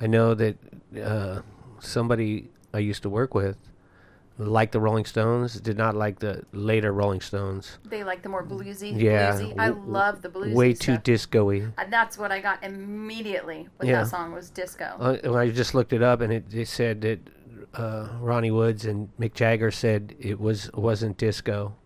A: I know that uh, somebody I used to work with liked the Rolling Stones, did not like the later Rolling Stones.
B: They like the more bluesy.
A: Yeah.
B: Bluesy. I
A: w-
B: love the bluesy.
A: Way
B: stuff.
A: too disco-y.
B: And that's what I got immediately with
A: Yeah.
B: that song was disco.
A: Uh, and I just looked it up, and it, it said that uh, Ronnie Woods and Mick Jagger said it was wasn't disco,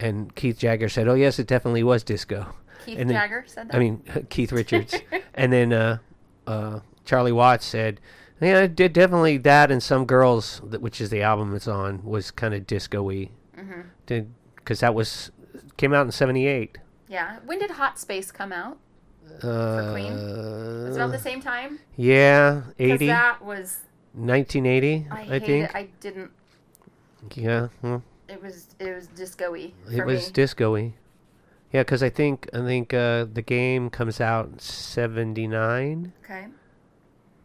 A: and Keith Jagger said, "Oh yes, it definitely was disco."
B: Keith
A: and then-
B: Jagger said that.
A: I mean Keith Richards, and then uh, uh, Charlie Watts said, "Yeah, it did definitely that." And some girls, th- which is the album it's on, was kind of disco-y,
B: Mm-hmm.
A: because that was came out in '78.
B: yeah. When did Hot Space come out?
A: Uh,
B: Queen? Was it about the same time?
A: yeah, 80,
B: Because that was
A: 1980,
B: I,
A: I,
B: hated.
A: think.
B: I didn't.
A: Yeah. well.
B: It was it was disco-y for
A: It was
B: me.
A: disco-y. Yeah, because I think I think uh, the game comes out in '79,
B: okay.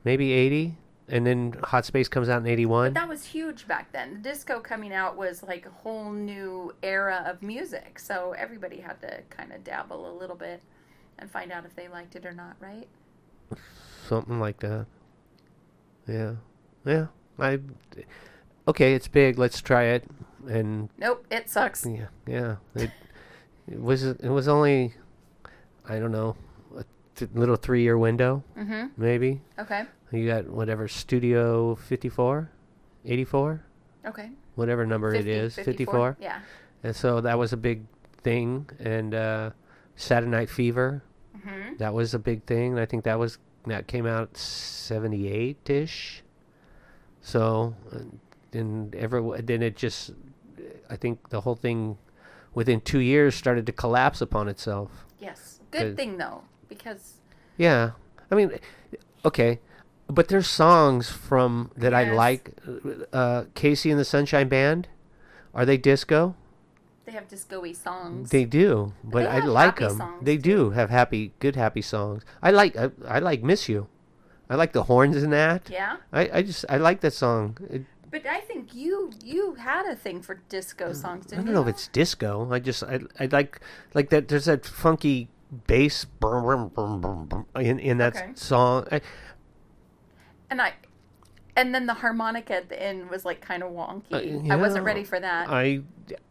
A: maybe '80, and then Hot Space comes out in '81.
B: That was huge back then. Disco coming out was like a whole new era of music. So everybody had to kind of dabble a little bit and find out if they liked it or not, right?
A: Something like that. Yeah, yeah. I okay. It's big. Let's try it. And
B: Nope, it sucks.
A: yeah, yeah. It, it was it was only I don't know a th- little three year window
B: Mm-hmm.
A: maybe.
B: Okay.
A: You got whatever Studio 54, 84,
B: Okay.
A: whatever number it
B: 50,
A: is, 54.
B: Yeah.
A: And so that was a big thing. And uh, Saturday Night Fever,
B: Mm-hmm.
A: that was a big thing. And I think that was that came out seventy eight ish. So uh, then every then it just I think the whole thing within two years started to collapse upon itself.
B: Yes.
A: Uh,
B: Good thing though, because
A: Yeah, I mean, okay, but there's songs from that I
B: Yes.
A: like. Uh, Casey and the Sunshine Band, are they disco?
B: they have disco-y songs.
A: They do, but
B: they
A: I
B: have
A: like
B: happy
A: them.
B: songs,
A: They do have happy, good happy songs. I like, I, I like "Miss You." I like the horns in that.
B: yeah.
A: I, I just, I like that song. It,
B: But I think you you had a thing for disco songs,
A: I
B: didn't
A: don't
B: you?
A: know if it's disco. I just, I, I like, like that. There's that funky bass brum, brum, brum, brum, brum, in in that
B: Okay.
A: song. I,
B: And I and then the harmonica at the end was like kind of wonky.
A: Uh,
B: I wasn't
A: yeah.
B: ready for that.
A: I,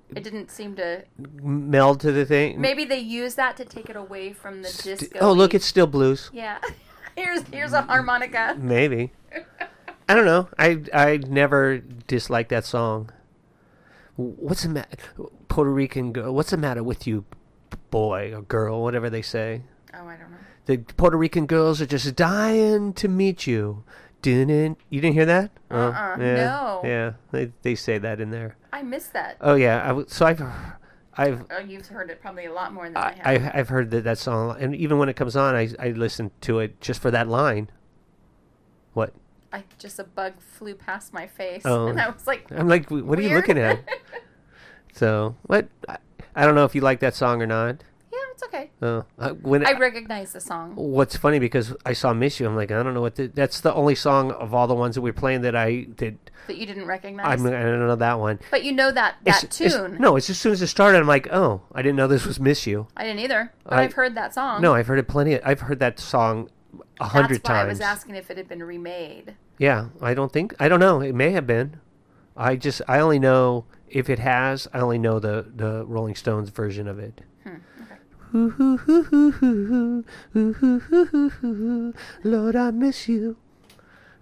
A: Mm.
B: It didn't seem to.
A: meld to the thing.
B: Maybe they used that to take it away from the
A: St-
B: disco.
A: oh, look,
B: beat.
A: it's Mm. still blues.
B: yeah. here's here's a harmonica.
A: Maybe. I don't know. I I never disliked that song. What's the matter, Puerto Rican girl? What's the matter with you, boy or girl, whatever they say?
B: Oh, I don't know.
A: The Puerto Rican girls are just dying to meet you. Didn't you didn't hear that? Oh,
B: Uh-uh,
A: yeah,
B: no.
A: Yeah, they they say that in there.
B: I missed that.
A: Oh yeah. I w so I've I've
B: Oh, you've heard it probably a lot more than I, have.
A: I, I I've heard that that song, and even when it comes on, I I listen to it just for that line. What?
B: I just a bug flew past my face,
A: Oh.
B: and I was like,
A: I'm like, "Wh- what are you
B: Weird.
A: looking at? So what? I, I don't know if you like that song or not.
B: "Yeah, it's okay."
A: Uh, I- Oh. when
B: I recognize the song.
A: what's funny because I saw "Miss You," I'm like, I don't know what. The, that's the only song of all the ones that we're playing that I that
B: That you didn't
A: I'm,
B: recognize.
A: I don't know that one.
B: but you know that that
A: It's- it's-
B: tune.
A: no, it's as soon as it started, I'm like, oh, I didn't know this was "Miss You."
B: I didn't either. But
A: I-
B: I, have heard that song.
A: No, I've heard it plenty. Of, I've heard that song a
B: that's
A: hundred
B: why
A: times.
B: I was asking if it had been remade.
A: Yeah, I don't think I don't know. It may have been. I just I only know if it has. I only know the the Rolling Stones version of it.
B: Hmm,
A: Lord, I miss you.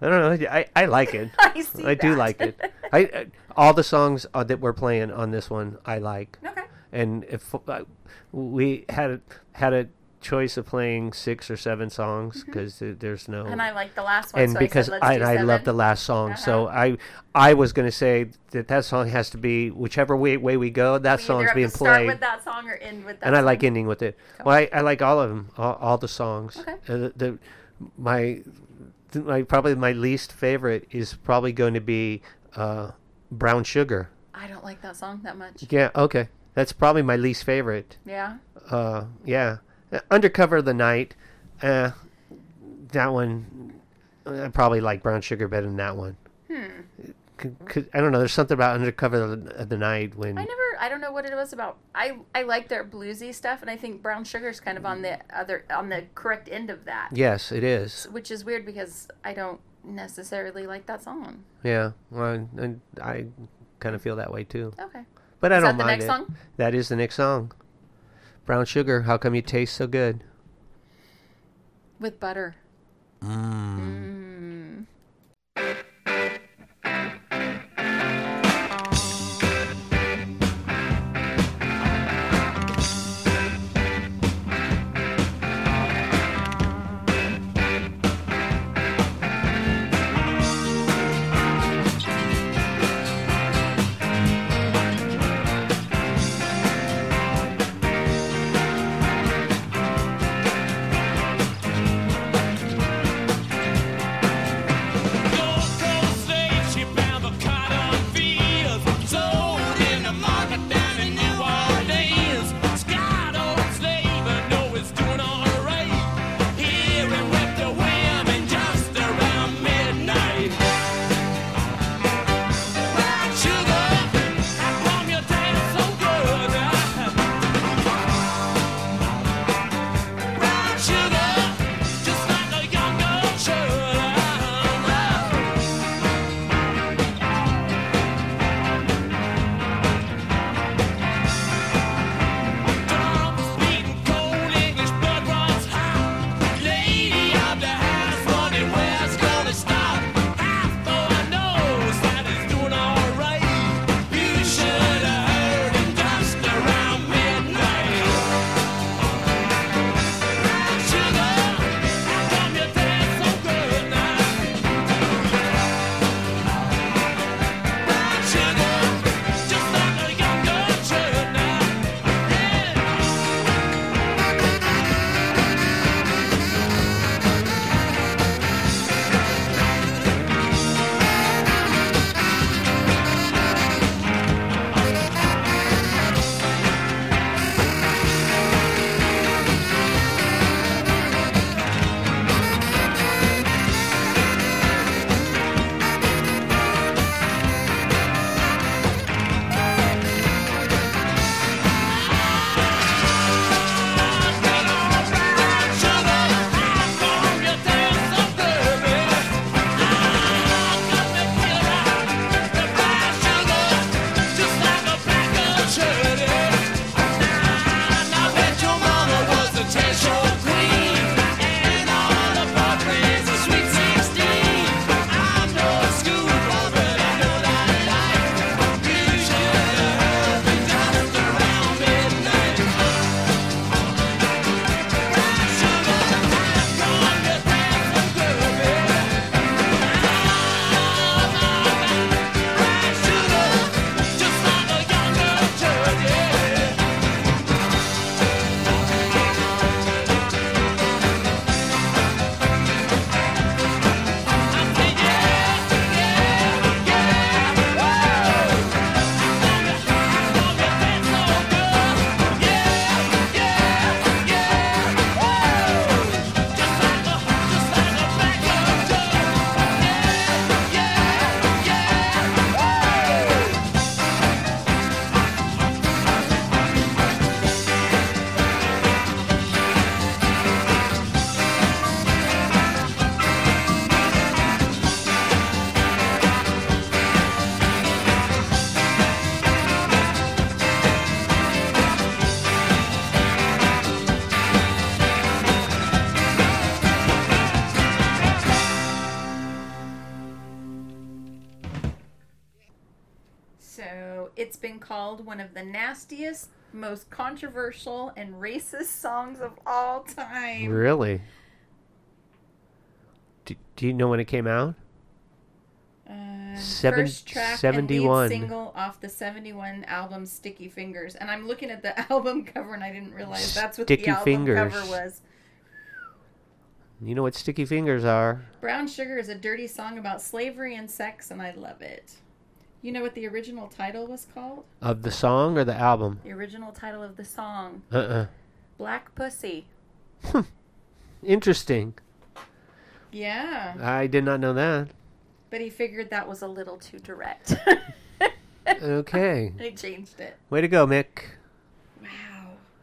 A: I don't know. I, I like it.
B: I see.
A: I do
B: that.
A: like it. I, I all the songs uh, that we're playing on this one I like.
B: okay.
A: And if uh, we had had a choice of playing six or seven songs because there's no
B: Mm-hmm. And I like the last one.
A: and
B: so
A: because
B: I, said,
A: I,
B: Let's
A: and
B: do
A: I love
B: seven." Uh-huh.
A: the last song, so I I was gonna say that that song has to be whichever way way we go, that
B: We either
A: song's
B: have
A: being
B: to start
A: played,
B: with that song or end with that.
A: and I
B: song.
A: like ending with it. Well, I, I like all of them, all, all the songs.
B: Okay.
A: Uh, the, the my th- my probably my least favorite is probably going to be uh, Brown Sugar.
B: I don't like that song that much.
A: Yeah, okay, that's probably my least favorite
B: Yeah.
A: uh yeah Uh, undercover of the night uh that one i probably like brown sugar better than that one hmm. i don't know there's something about undercover of the- of the night when
B: I never. I don't know what it was about. I I like their bluesy stuff, and I think Brown Sugar's kind of on the other on the correct end of that,
A: yes it is
B: which is weird because I don't necessarily like that song.
A: yeah well, and i kind of feel that way too
B: Okay.
A: but i
B: Is that
A: don't
B: the
A: mind
B: next
A: it
B: song?
A: that is the next song brown sugar how come you taste so good
B: With butter.
D: I
B: So it's been called one of the nastiest, most controversial, and racist songs of all time.
A: Really? Do, do you know when it came out?
B: Uh,
A: Seven-
B: first track and
A: 71.
B: lead single off the 71 album Sticky Fingers. And I'm looking at the album cover and I didn't realize that's what
A: Sticky
B: the album cover
A: Fingers.
B: was.
A: You know what sticky fingers are?
B: Brown Sugar is a dirty song about slavery and sex, and I love it. You know what the original title was called?
A: Of the song or the album?
B: The original title of the song
A: Uh uh
B: Black Pussy.
A: Hmm. Interesting.
B: Yeah.
A: I did not know that.
B: But he figured that was a little too direct.
A: Okay.
B: They changed it.
A: Way to go, Mick.
B: Wow.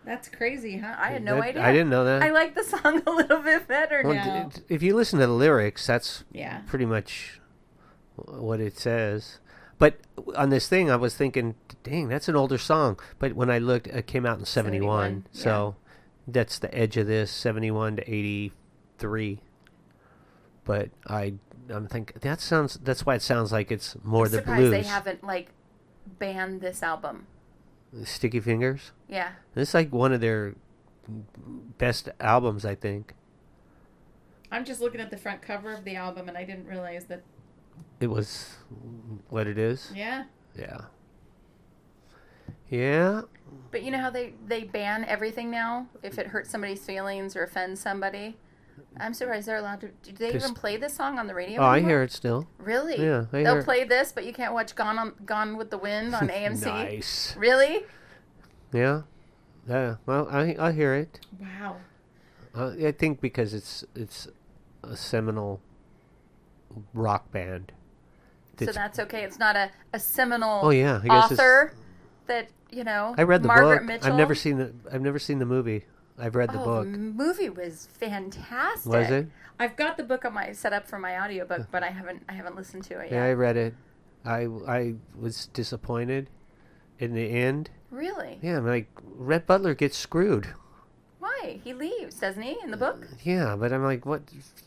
B: That's crazy, huh? I had no
A: That-
B: idea.
A: I didn't know that.
B: I like the song a little bit better
A: Well,
B: now.
A: d- If you listen to the lyrics, that's
B: Yeah.
A: pretty much what it says. But on this thing, I was thinking, dang, that's an older song. But when I looked, it came out in 71.
B: 71,
A: So that's the edge of this 71 to 83. But I, I'm thinking that sounds. That's why it sounds like it's more
B: I'm
A: the
B: surprised
A: blues.
B: they haven't like banned this album.
A: Sticky fingers.
B: Yeah.
A: This is like one of their best albums, I think.
B: I'm just looking at the front cover of the album and I didn't realize that
A: It was what it is.
B: yeah.
A: Yeah. Yeah.
B: But you know how they they ban everything now if it hurts somebody's feelings or offends somebody? I'm surprised they're allowed to. Do they
A: Just-
B: even play this song on the radio?
A: Oh, I
B: anymore?
A: hear it still.
B: Really?
A: Yeah, I
B: They'll
A: hear it.
B: play this, but you can't watch Gone on Gone with the Wind on AMC.
A: Nice.
B: Really?
A: Yeah. Yeah. Well, I I hear it.
B: Wow.
A: Uh, I think because it's it's a seminal rock band.
B: so
A: It's-
B: that's okay. It's not a, a seminal
A: Oh, yeah, I guess it's-
B: author that, you know,
A: I read the
B: Margaret
A: book.
B: Mitchell.
A: I've never seen the I've never seen the movie. I've read the
B: oh,
A: book.
B: The movie was fantastic.
A: Was it?
B: I've got the book on my set up for my audiobook, but I haven't I haven't listened to it
A: Yeah,
B: yet.
A: I read it. I I was disappointed in the end.
B: Really?
A: Yeah, I'm like Rhett Butler gets screwed.
B: Why? He leaves, doesn't he? In the book?
A: Yeah, but I'm like, what?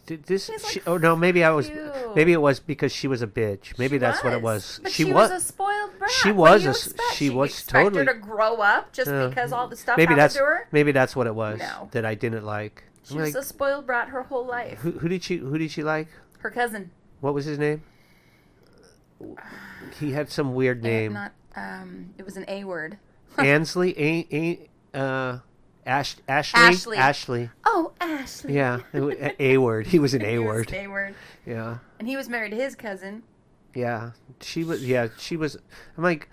A: Did this?
B: He's,
A: She,
B: like,
A: oh no, maybe I was.
B: cute.
A: Maybe it was because she was a bitch. Maybe
B: She
A: that's what it was.
B: But
A: she,
B: she,
A: was.
B: was, a spoiled brat.
A: she
B: What do
A: was
B: you
A: a s-
B: expect?
A: she
B: You
A: was
B: expect
A: totally-
B: her to grow up just
A: Yeah.
B: because all the stuff
A: uh, maybe
B: happened
A: that's
B: to her.
A: maybe that's what it was
B: No.
A: that I didn't like.
B: She
A: I'm
B: was
A: like,
B: a spoiled brat her whole life.
A: who, who did she who did she like?
B: Her cousin.
A: What was his name? He had some weird name.
B: Not um it was an A word.
A: Ansley, a, a, uh, Ash, Ashley,
B: Ashley.
A: Ashley.
B: Oh, Ashley.
A: Yeah, it wa- a- a word. He was an
B: He
A: a
B: was
A: word.
B: A word.
A: Yeah.
B: And he was married to his cousin.
A: Yeah, she was. Yeah, she was. I'm like,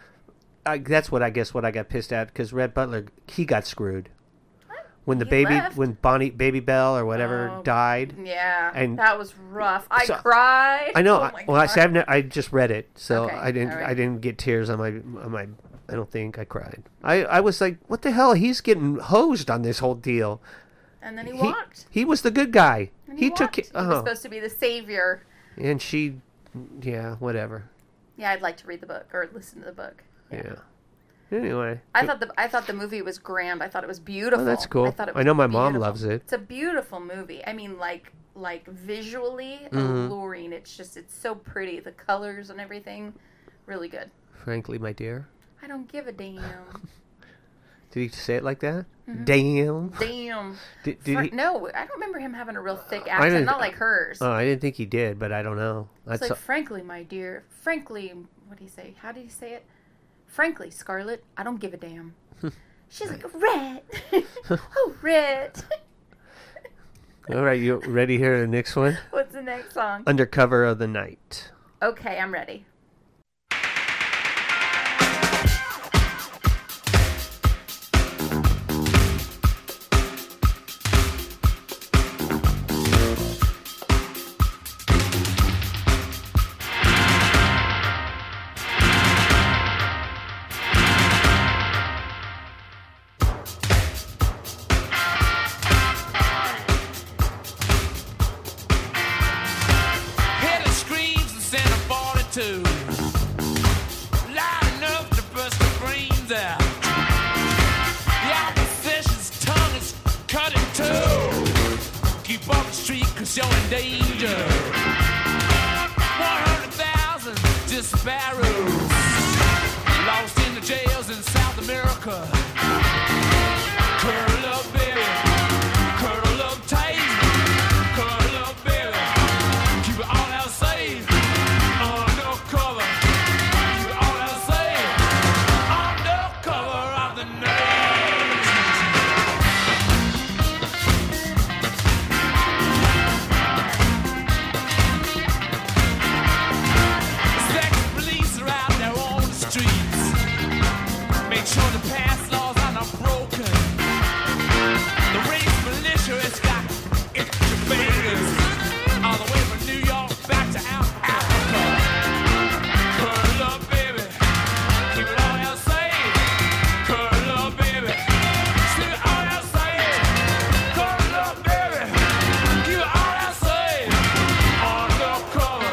A: I, that's what I guess what I got pissed at because Red Butler he got screwed when the
B: He
A: baby
B: left.
A: when Bonnie Baby Bell or whatever
B: Oh.
A: died.
B: Yeah.
A: And-
B: that was rough. I
A: So-
B: cried.
A: I know.
B: Oh
A: I-
B: my
A: well, I see,
B: God.
A: I've ne- I just read it, so
B: Okay,
A: I didn't.
B: all right.
A: I didn't get tears on my on my. I don't think I cried. I I was like, what the hell? He's getting hosed on this whole deal.
B: And then he,
A: He
B: walked.
A: he was the good guy.
B: And
A: He, took.
B: walked.
A: it.
B: He was
A: Uh,
B: supposed to be the savior.
A: and she, yeah, whatever.
B: Yeah, I'd like to read the book or listen to the book.
A: Yeah. Anyway.
B: I thought the I thought the movie was grand. I thought it was beautiful.
A: Oh, that's cool.
B: I, thought it
A: I
B: was
A: know my mom
B: beautiful.
A: loves it.
B: It's a beautiful movie. I mean, like like visually
A: Mm-hmm.
B: alluring. It's just it's so pretty. The colors and everything, really good.
A: Frankly, my dear.
B: I don't give a damn.
A: Did he say it like that?
B: Mm-hmm.
A: Damn.
B: damn.
A: Did, did
B: Fr-
A: he?
B: No, I don't remember him having a real thick
A: I didn't-
B: accent. Not like hers.
A: Oh, I didn't think he did, but I don't know.
B: it's
A: That's
B: like,
A: a-
B: frankly, my dear. Frankly, what do you say? How do you say it? Frankly, Scarlett, I don't give a damn. She's like red. oh, red.
A: all right. You ready here? The next one,
B: What's the next song?
A: undercover of the night.
B: Okay, I'm ready.
D: Hit the screams and send a 42. Loud enough to burst the brains out. The opposition's tongue is cut in two. Keep off the street cause you're in danger. 100,000 disparos. sucker. Curl up, baby. Curl up tight. Curl up, baby. Keep it all outside. Undercover. Keep it all outside. Undercover of the night. Sex police are out there on the streets. Make sure the past laws are not broken. The race militia has got incubators all the way from New York back to Al- Africa. Curl up, baby. Keep it all outside. Curl up, baby. Keep it all outside. Curl up, baby. Keep it all outside. Undercover.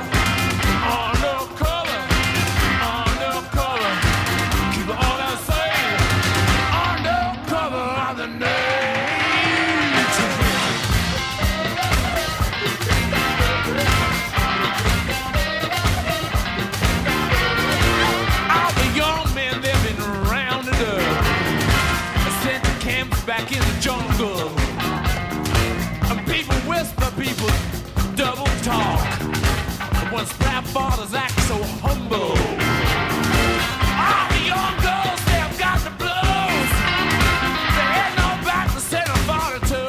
D: Undercover, undercover, keep it all outside. Undercover on the night. All the young men they've been rounded up, sent to camps back in the jungle. And people whisper, people double talk. When scrap fathers act so humble. All the young girls, they have got the blues. They ain't no back to set a father to.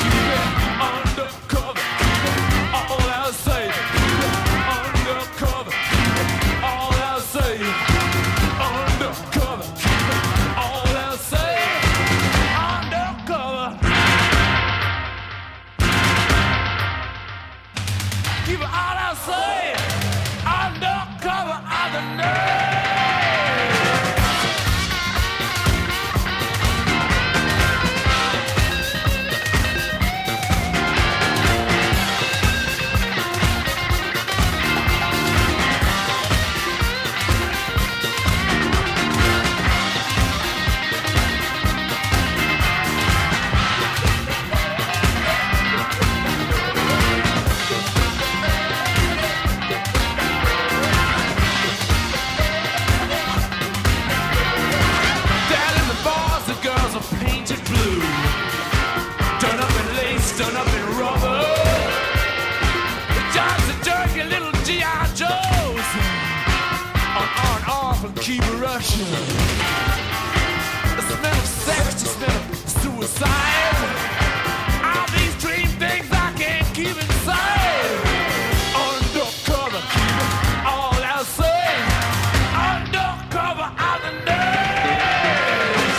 D: Keep it undercover. Keep it all outside. Keep it undercover. Keep it all outside. Undercover. Keep it all outside. Undercover. Keep it all outside. Undercover of the night. Down in the bars, the girls are painted blue. Done up in lace, done up in rubber. The jobs are dirty little G.I. Joes. On, on, on from Cuba, Russia. The smell of sex, the smell of suicide. All these dream things I can't keep inside. Undercover, keep it all outside. Undercover, out the nerves.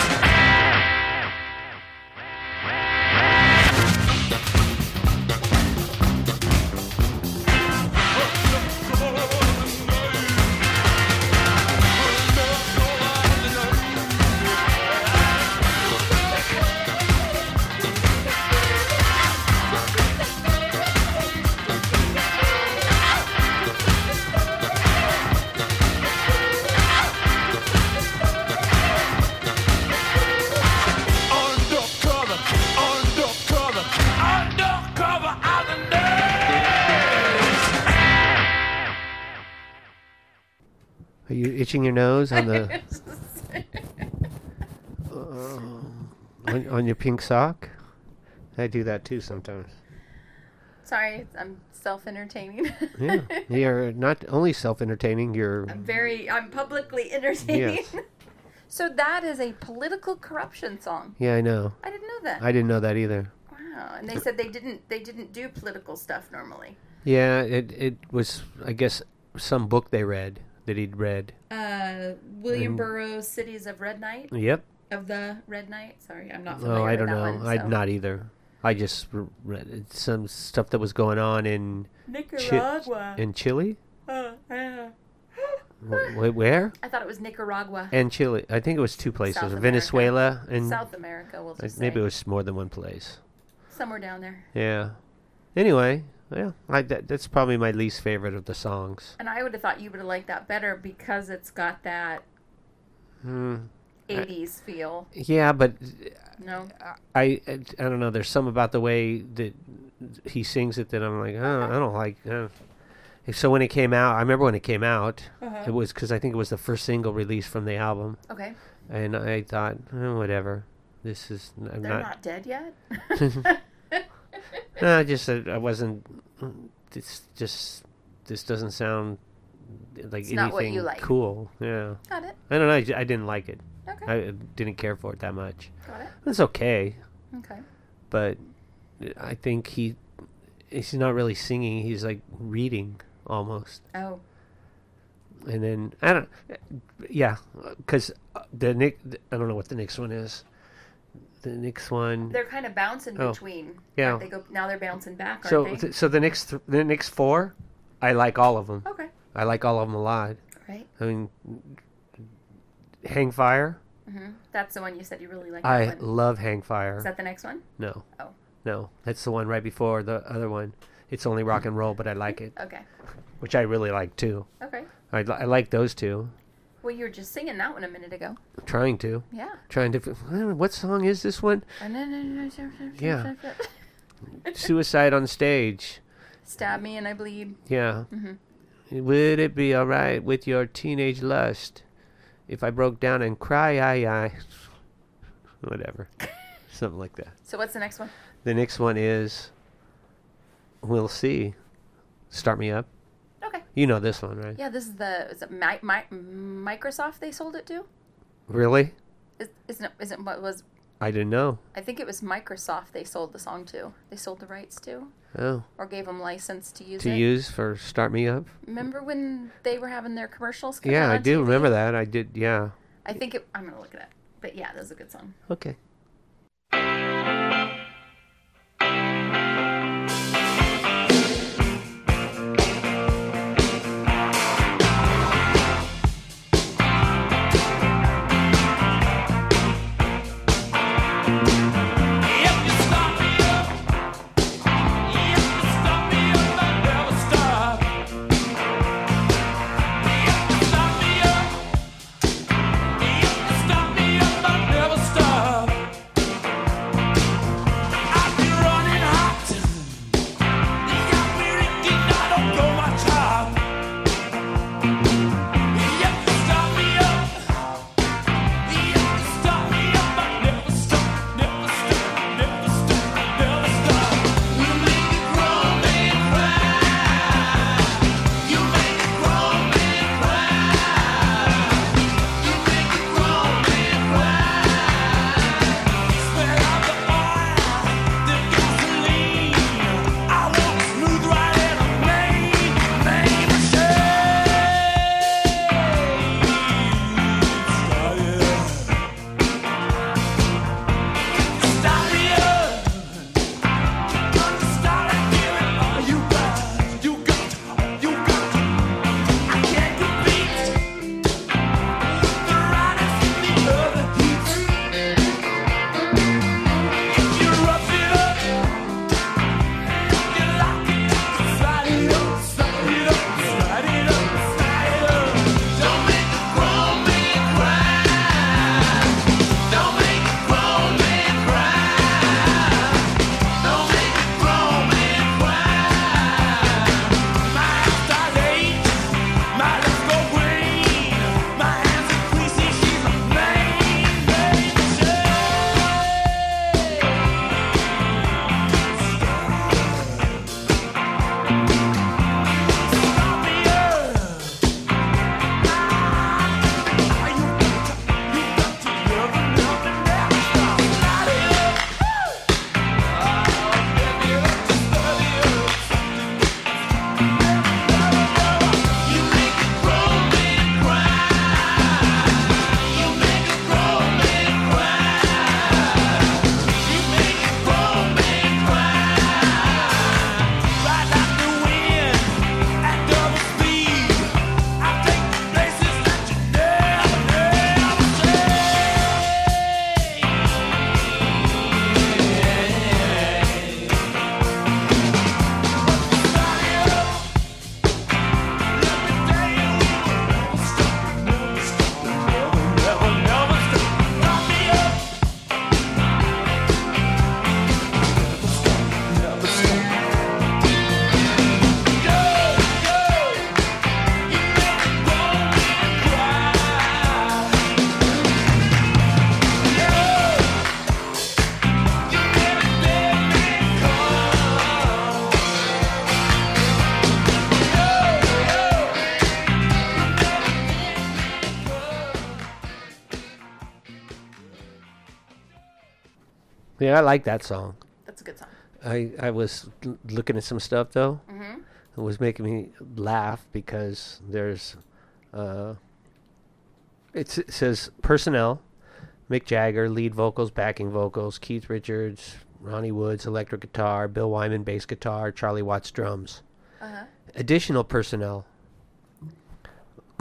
D: Undercover, undercover, undercover, out the nerves.
A: Are you itching your nose on the on, on your pink sock? I do that too sometimes.
B: Sorry, I'm self-entertaining.
A: Yeah, you're not only self-entertaining. You're
B: I'm very, I'm publicly entertaining.
A: yes.
B: So that is a political corruption song.
A: Yeah, I know.
B: I didn't know that.
A: I didn't know that either.
B: wow. And they said they didn't, they didn't do political stuff normally.
A: Yeah, it it was I guess some book they read that he'd read.
B: Uh, William Burroughs, Cities of Red Night,
A: Yep.
B: of the Red Night. Sorry, I'm not familiar
A: Oh, I
B: with
A: don't
B: that
A: know.
B: one.
A: I'm
B: so.
A: not either. I just re- read it- some stuff that was going on in Chi-
B: Nicaragua.
A: in Chile.
B: Oh, yeah.
A: Wh- wh- Where?
B: I thought it was Nicaragua.
A: And Chile. I think it was two places.
B: America.
A: Venezuela and
B: South America, we'll
A: uh,
B: just
A: maybe
B: say.
A: it was more than one place.
B: Somewhere down there.
A: Yeah. Anyway, yeah, I, that, that's probably my least favorite of the songs.
B: And I would have thought you would have liked that better because it's got that
A: Hmm.
B: 80s feel.
A: Yeah, but
B: No?
A: I, I don't know. There's some about the way that he sings it that I'm like, oh,
B: Uh-huh.
A: I don't like. Uh. So when it
B: Uh-huh.
A: came out, I remember when it came out, it was because I think it was the first single released from the album,
B: Okay.
A: and I thought, "Eh, whatever. This is I'm
B: They're
A: not.
B: not dead yet.
A: No, I just said I wasn't. It's just this doesn't sound like
B: It's
A: anything
B: not what you like.
A: cool. Yeah,
B: got it.
A: I don't know. I, ju- I didn't like it.
B: Okay.
A: I didn't care for it that much.
B: got it.
A: It's okay,
B: Okay.
A: but I think he he's not really singing. He's like reading almost.
B: Oh,
A: and then I don't, yeah, because the Nick, I don't know what the next one is. The next one,
B: they're kind of bouncing
A: Oh.
B: between.
A: Yeah.
B: They go now. They're bouncing back, aren't
A: so
B: they?
A: th- so the next th- the next four, I like all of them.
B: okay.
A: I like all of them a lot.
B: Right.
A: I mean, Hang Fire,
B: hmm That's the one you said you really like.
A: I
B: that one.
A: love Hang
B: Is
A: Fire.
B: that the next one?
A: no,
B: Oh.
A: no, that's the one right before the other one. It's only rock and roll, but I like it,
B: Okay.
A: which I really like too.
B: Okay.
A: I, li- I like those two.
B: Well, you were just singing that one a minute ago.
A: Trying to,
B: Yeah.
A: trying to. f- What song is this one? Yeah. Suicide on stage.
B: Stab me and I bleed.
A: Yeah.
B: Mm-hmm.
A: Would it be all right with your teenage lust if I broke down and cry, I, I, whatever, something like that.
B: So what's the next one?
A: The next one is, we'll see. Start me up.
B: Okay.
A: You know this one, right?
B: Yeah, this is the is it Mi- Mi- Microsoft they sold it to.
A: Really?
B: Is, isn't it, isn't what was
A: I didn't know.
B: I think it was Microsoft they sold the song to. They sold the rights to
A: Oh,
B: or gave them license to use
A: to
B: it.
A: use for start me up.
B: Remember when they were having their commercials? come
A: yeah,
B: out
A: I
B: on
A: do
B: TV?
A: remember that. I did. Yeah.
B: I think it. I'm gonna look it up. But yeah, that was a good song.
A: Okay.
D: Stop.
A: Yeah, I like that song.
B: That's a good song.
A: I, I was l- looking at some stuff though. It was making me laugh because there's, uh, it's, it says personnel, Mick Jagger, lead vocals, backing vocals, Keith Richards, Ronnie Woods, electric guitar, Bill Wyman, bass guitar, Charlie Watts, drums. Additional personnel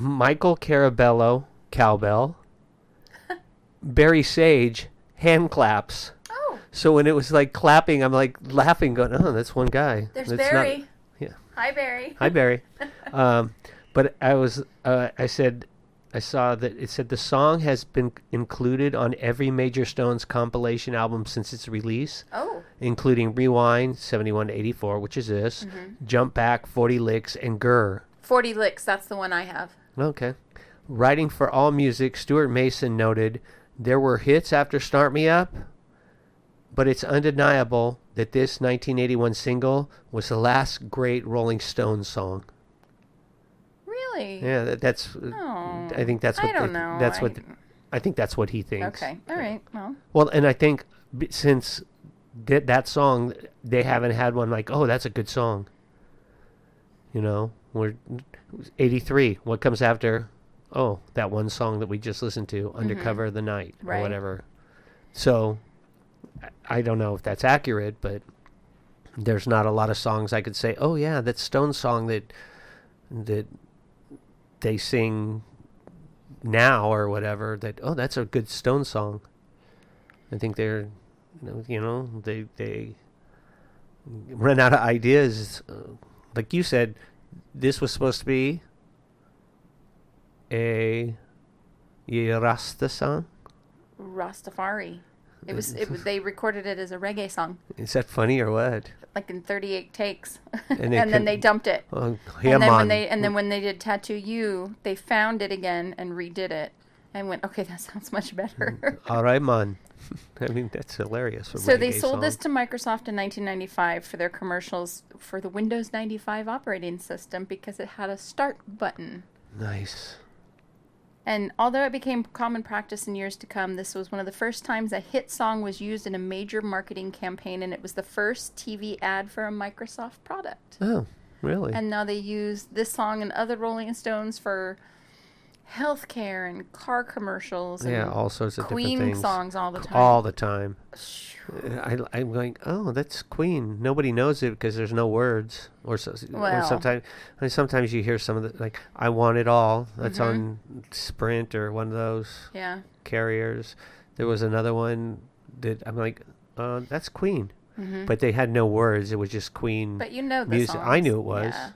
A: Michael Carabello, cowbell, Barry Sage, hand claps.
B: Oh,
A: So when it was like clapping, I'm like laughing, going, "Oh, that's one guy."
B: there's
A: That's not-
B: Barry.
A: yeah.
B: Hi, Barry.
A: Hi, Barry. um, but I was, uh, I said, I saw that it said the song has been included on every Major Stones compilation album since its release,
B: Oh,
A: including Rewind '71 to '84, which is this,
B: Mm-hmm.
A: Jump Back, 40 Licks, and Grr.
B: 40 Licks. That's the one I have.
A: Okay. Writing for All Music, Stuart Mason noted there were hits after Start Me Up, but it's undeniable that this 1981 single was the last great Rolling Stones song.
B: Really?
A: Yeah, that, that's.
B: Oh,
A: I think that's
B: I
A: what.
B: don't
A: they-
B: know.
A: That's
B: I-
A: what. I think that's what he thinks.
B: Okay. All right. Well,
A: Well, and I think b- since that that song, they haven't had one like, oh, that's a good song. You know, we're eighty three. What comes after? Oh, that one song that we just listened to, "Undercover of the Night" or
B: Right.
A: whatever. So, I- I don't know if that's accurate, but there's not a lot of songs I could say. Oh yeah, that Stone song that that they sing now or whatever. That oh, that's a good Stone song. I think they're, you know, they they run out of ideas. Uh, Like you said, this was supposed to be a Rasta song.
B: Rastafari. It was. It was. They recorded it as a reggae song,
A: Is that funny or what?
B: like in 38 takes,
A: And
B: and,
A: they
B: then
A: couldn't-
B: they dumped it.
A: Oh, yeah,
B: and then
A: man.
B: when they and then when they did Tattoo You, they found it again and redid it, and went, okay, that sounds much better.
A: All right, man. I mean, that's hilarious. a
B: So they
A: reggae
B: sold this
A: song.
B: to Microsoft in 1995 for their commercials for the Windows 95 operating system because it had a start button.
A: nice.
B: And although it became common practice in years to come, this was one of the first times a hit song was used in a major marketing campaign, and it was the first TV ad for a Microsoft product.
A: Oh, really?
B: And now they use this song and other Rolling Stones for healthcare and car commercials and
A: yeah, all sorts of
B: Queen
A: different things.
B: songs all the time.
A: All the time. Uh, I, I'm going, oh, that's Queen. Nobody knows it because there's no words. Or, so, or
B: Well.
A: sometimes, and sometimes you hear some of the like, "I want it all." That's on Sprint or one of those
B: Mm-hmm. yeah.
A: carriers. There was another one that I'm like, uh, that's Queen, but they had no words. It was just Queen.
B: Mm-hmm. But you know the
A: music. I knew it
B: songs.
A: was,
B: Yeah.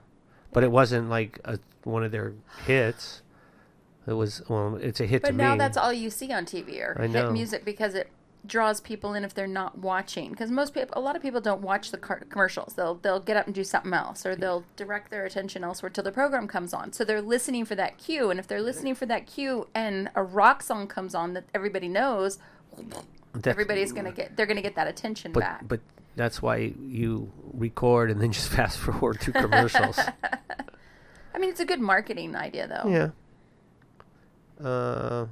A: but it wasn't like a, one of their hits. It was well, it's a hit
B: But
A: to
B: now
A: me.
B: that's all you see on TV or
A: I
B: hit
A: know.
B: music because it draws people in if they're not watching. Because most people, a lot of people don't watch the car- commercials. They'll they'll get up and do something else, or they'll direct their attention elsewhere till the program comes on. So they're listening for that cue, and if they're listening for that cue, and a rock song comes on that everybody knows,
A: That's-
B: everybody's gonna get they're gonna get that attention
A: but
B: back.
A: but that's why you record and then just fast forward through commercials.
B: I mean, it's a good marketing idea though.
A: yeah. Uh,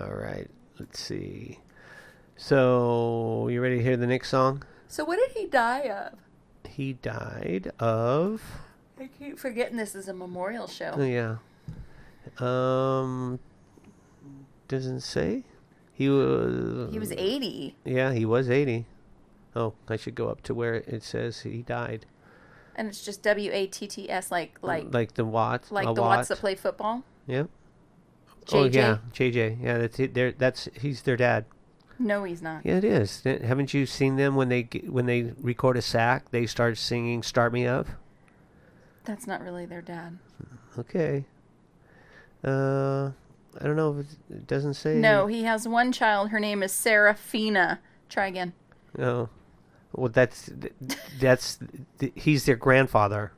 A: all right. Let's see. So you ready to hear the next song?
B: So what did he die of?
A: He died of.
B: I keep forgetting this is a memorial show.
A: Oh yeah. Um. Doesn't say. He was.
B: He was eighty,
A: Yeah, he was 80. Oh, I should go up to where it says he died.
B: and it's just W A T T S like like
A: Like the Watts.
B: like
A: a
B: the Watts that play football.
A: Yep. Oh
B: JJ.
A: yeah, JJ. Yeah, that's it. They're, that's he's their dad.
B: No, he's not.
A: Yeah, it is. Th- Haven't you seen them when they g- when they record a sack? They start singing "Start Me Up."
B: That's not really their dad.
A: Okay. Uh, I don't know if it's- it doesn't say.
B: No, he has one child. Her name is Serafina. Try again.
A: No. Oh. Well, that's th- that's th- he's their grandfather.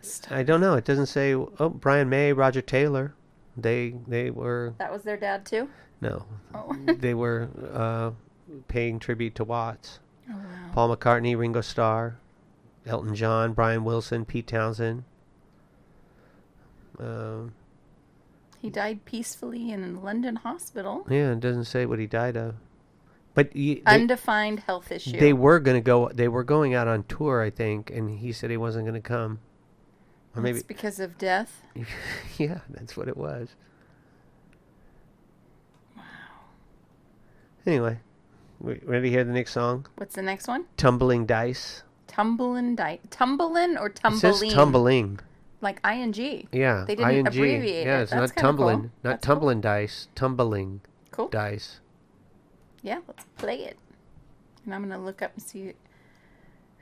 B: Stop.
A: I don't know. It doesn't say. Oh, Brian May, Roger Taylor. They they were
B: That was their dad too.
A: no.
B: Oh,
E: Mm.
A: they were uh, paying tribute to Watts.
B: oh wow.
A: Paul McCartney, Ringo Starr, Elton John, Brian Wilson, Pete Townsend. Um,
B: He died peacefully in a London hospital.
A: yeah, it doesn't say what he died of.
E: But y- they,
B: Undefined health issue.
E: they were gonna go. They were going out on tour, I think, and he said he wasn't gonna come. Or maybe,
B: It's because of death.
E: yeah, that's what it was. Wow. Anyway, we ready to hear the next song?
B: What's the next one?
E: Tumbling dice.
B: Tumbling di- tumbling or
E: It
B: tumbling?
E: says tumbling.
B: Like ing.
E: Yeah.
B: They didn't
E: ING.
B: abbreviate
E: Yeah,
B: it.
E: it's
B: That's kinda
E: not
B: cool.
E: tumbling, not
B: That's cool.
E: tumbling dice, tumbling
B: Cool.
E: dice.
B: Yeah, let's play it. And I'm gonna look up and see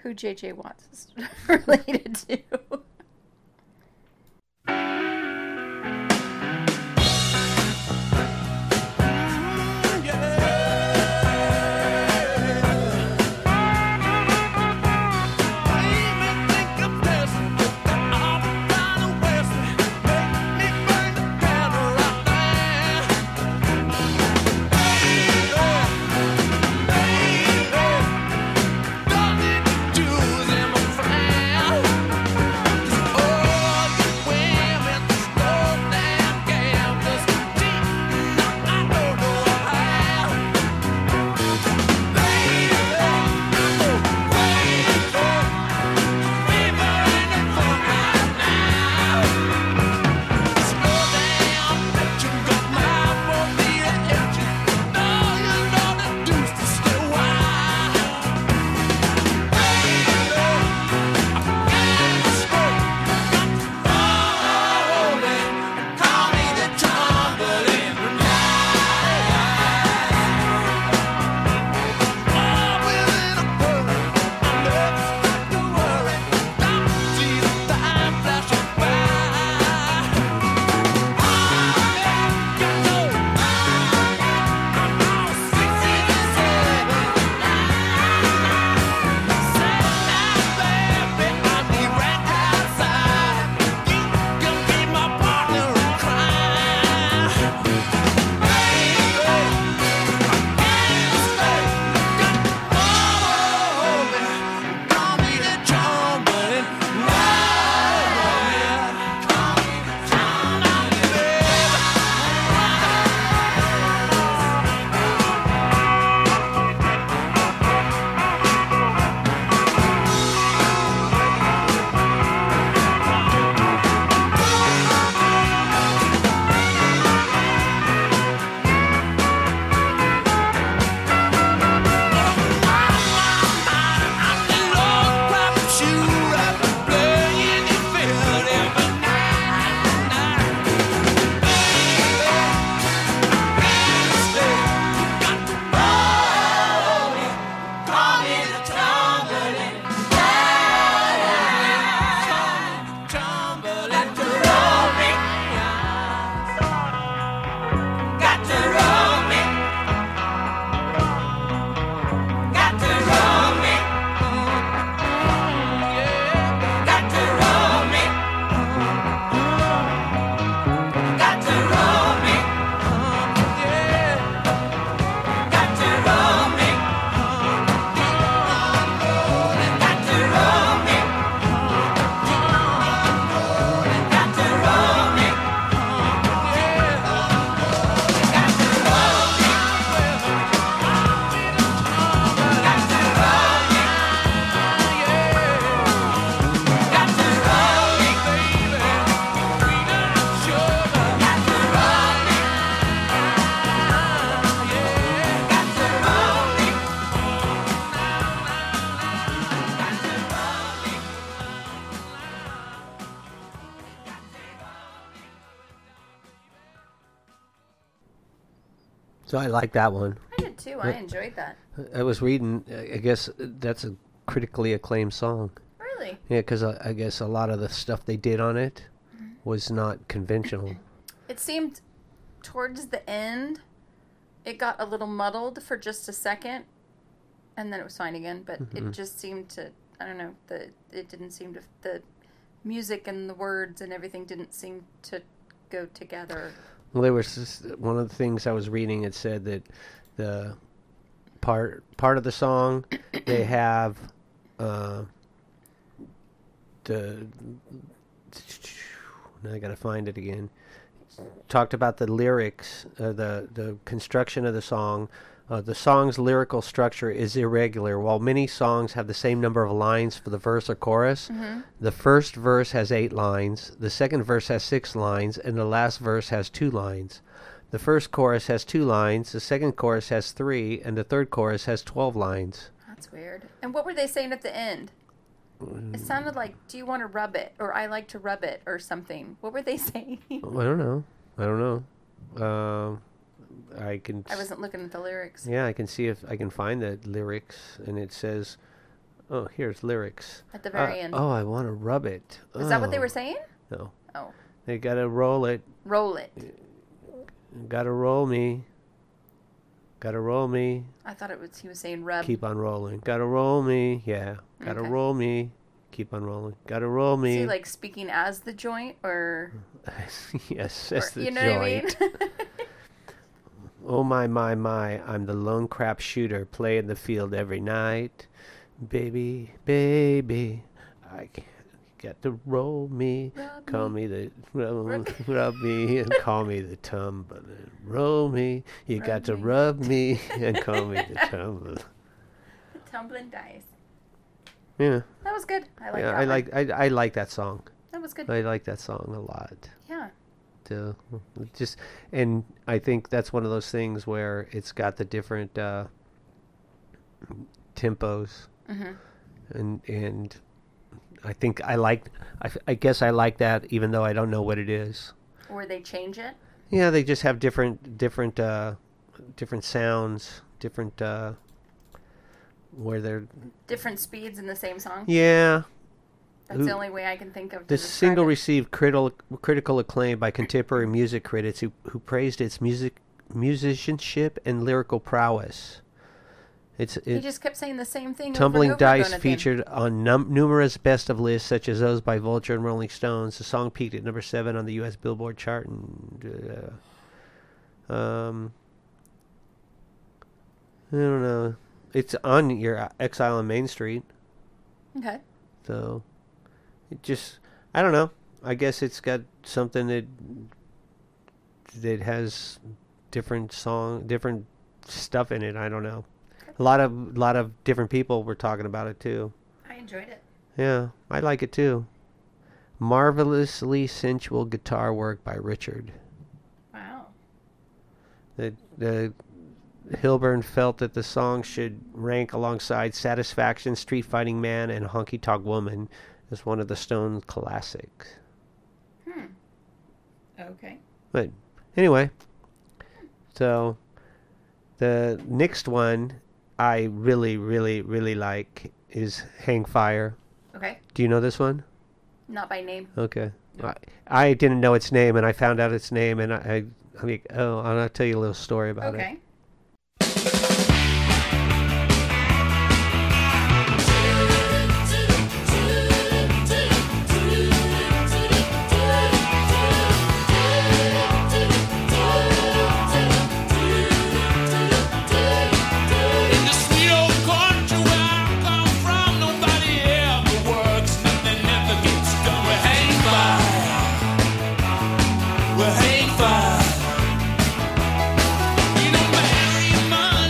B: who JJ Watts is related to.
F: Yeah.
E: So I like that one.
B: I did too. I enjoyed that.
E: I was reading. I I guess that's a critically acclaimed song.
B: Really?
E: Yeah, because I, I guess a lot of the stuff they did on it
B: Mm-hmm.
E: was not conventional.
B: It seemed towards the end, it got a little muddled for just a second, and then it was fine again. But
A: Mm-hmm.
B: it just seemed to, I don't know, the it didn't seem to the music and the words and everything didn't seem to go together.
E: Well, there was this, one of the things I was reading. It said that the part part of the song they have uh, the now I gotta find it again. Talked about the lyrics, uh, the the construction of the song
A: Uh, the song's lyrical structure is irregular. While many songs have the same number of lines for the verse or chorus, the first verse has eight lines, the second verse has six lines, and the last verse has two lines. The first chorus has two lines, the second chorus has three, and the third chorus has 12 lines.
B: That's weird. And what were they saying at the end? It sounded like, "Do you want to rub it?" or "I like to rub it" or something. What were they saying?
A: I don't know. I don't know. Um, I can.
B: I wasn't looking at the lyrics.
A: Yeah, I can see if I can find the lyrics, and it says, "Oh, here's lyrics."
B: At the very
A: Uh,
B: end.
A: Oh, I want to rub it.
B: Is that what they
A: Oh,
B: were saying?
A: No,
B: Oh,
A: they gotta roll it.
B: roll it.
A: Gotta roll me. Gotta roll me.
B: I thought it was he was saying rub.
A: Keep on rolling. Gotta roll me. Yeah. Gotta
B: Okay.
A: roll me. Keep on rolling. Gotta roll
B: Is he
A: me.
B: like speaking as the joint or,
A: yes,
B: or
A: that's the
B: you know
A: joint.
B: what I mean?
A: Oh my my my, I'm the lone crap shooter, play in the field every night. Baby, baby, I can't get to roll me.
B: Rub
A: call me, the rub, rub me and call me the tumbler. Roll me, you got to
B: me.
A: rub me and call me the tumbler.
B: Tumbling dice.
A: Yeah,
B: That was good. I like
A: yeah,
B: that.
A: I
B: one.
A: like I, I like that song.
B: That was good.
A: I like that song a lot.
B: yeah.
A: to just and I think that's one of those things where it's got the different uh, tempos
B: Mm-hmm.
A: and and I think I like I, f- I guess I like that even though I don't know what it is
B: Or they change it.
A: yeah they just have different different uh, different sounds different uh, where they're
B: Different speeds in the same song.
A: yeah
B: That's
A: who-
B: the only way I can think of. to
A: This
B: describe
A: single
B: it.
A: received critical critical acclaim by contemporary music critics who, who praised its music musicianship and lyrical prowess. It's
B: He
A: it,
B: just kept saying the same thing. over and
A: Tumbling
B: over again
A: Dice
B: at the end.
A: featured on num- numerous best of lists such as those by Vulture and Rolling Stones. The song peaked at number 7 on the US Billboard chart and uh, um I don't know. It's on your uh, Exile on Main Street.
B: Okay.
A: So it just I don't know. I guess it's got something that that has different song, different stuff in it. I don't know. A lot of lot of different people were talking about it too.
B: I enjoyed it.
A: Yeah, I like it too. Marvelously sensual guitar work by Richard.
B: Wow.
A: The the Hilburn felt that the song should rank alongside Satisfaction, Street Fighting Man, and Honky Tonk Woman as one of the Stone classics.
B: Okay.
A: But anyway, so the next one I really, really, really like is Hang Fire.
B: Okay.
A: Do you know this one?
B: Not by name.
A: Okay. I, I didn't know its name, and I found out its name, and I, I I'm like, oh, and I'll tell you a little story about it.
B: Okay.
D: In the sweet old country where I come from, nobody ever works, nothing ever gets done. We hang fire, we hang fire. You know, man,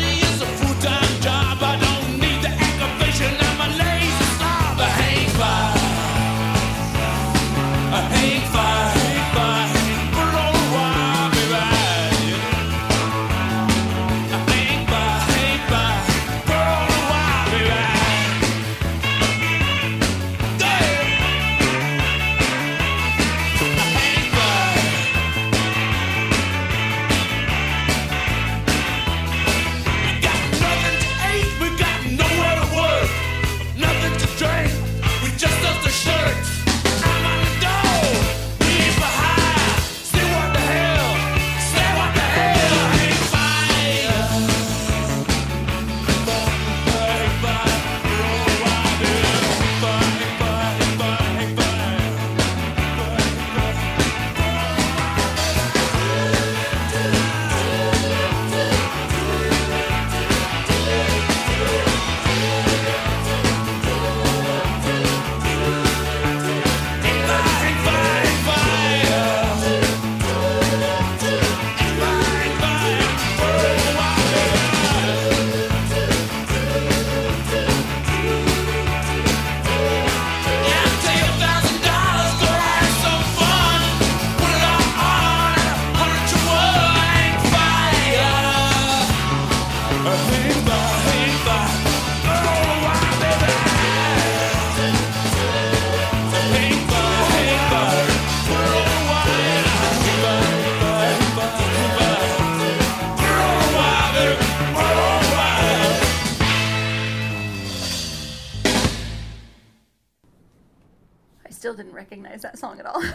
B: still didn't recognize that song at all.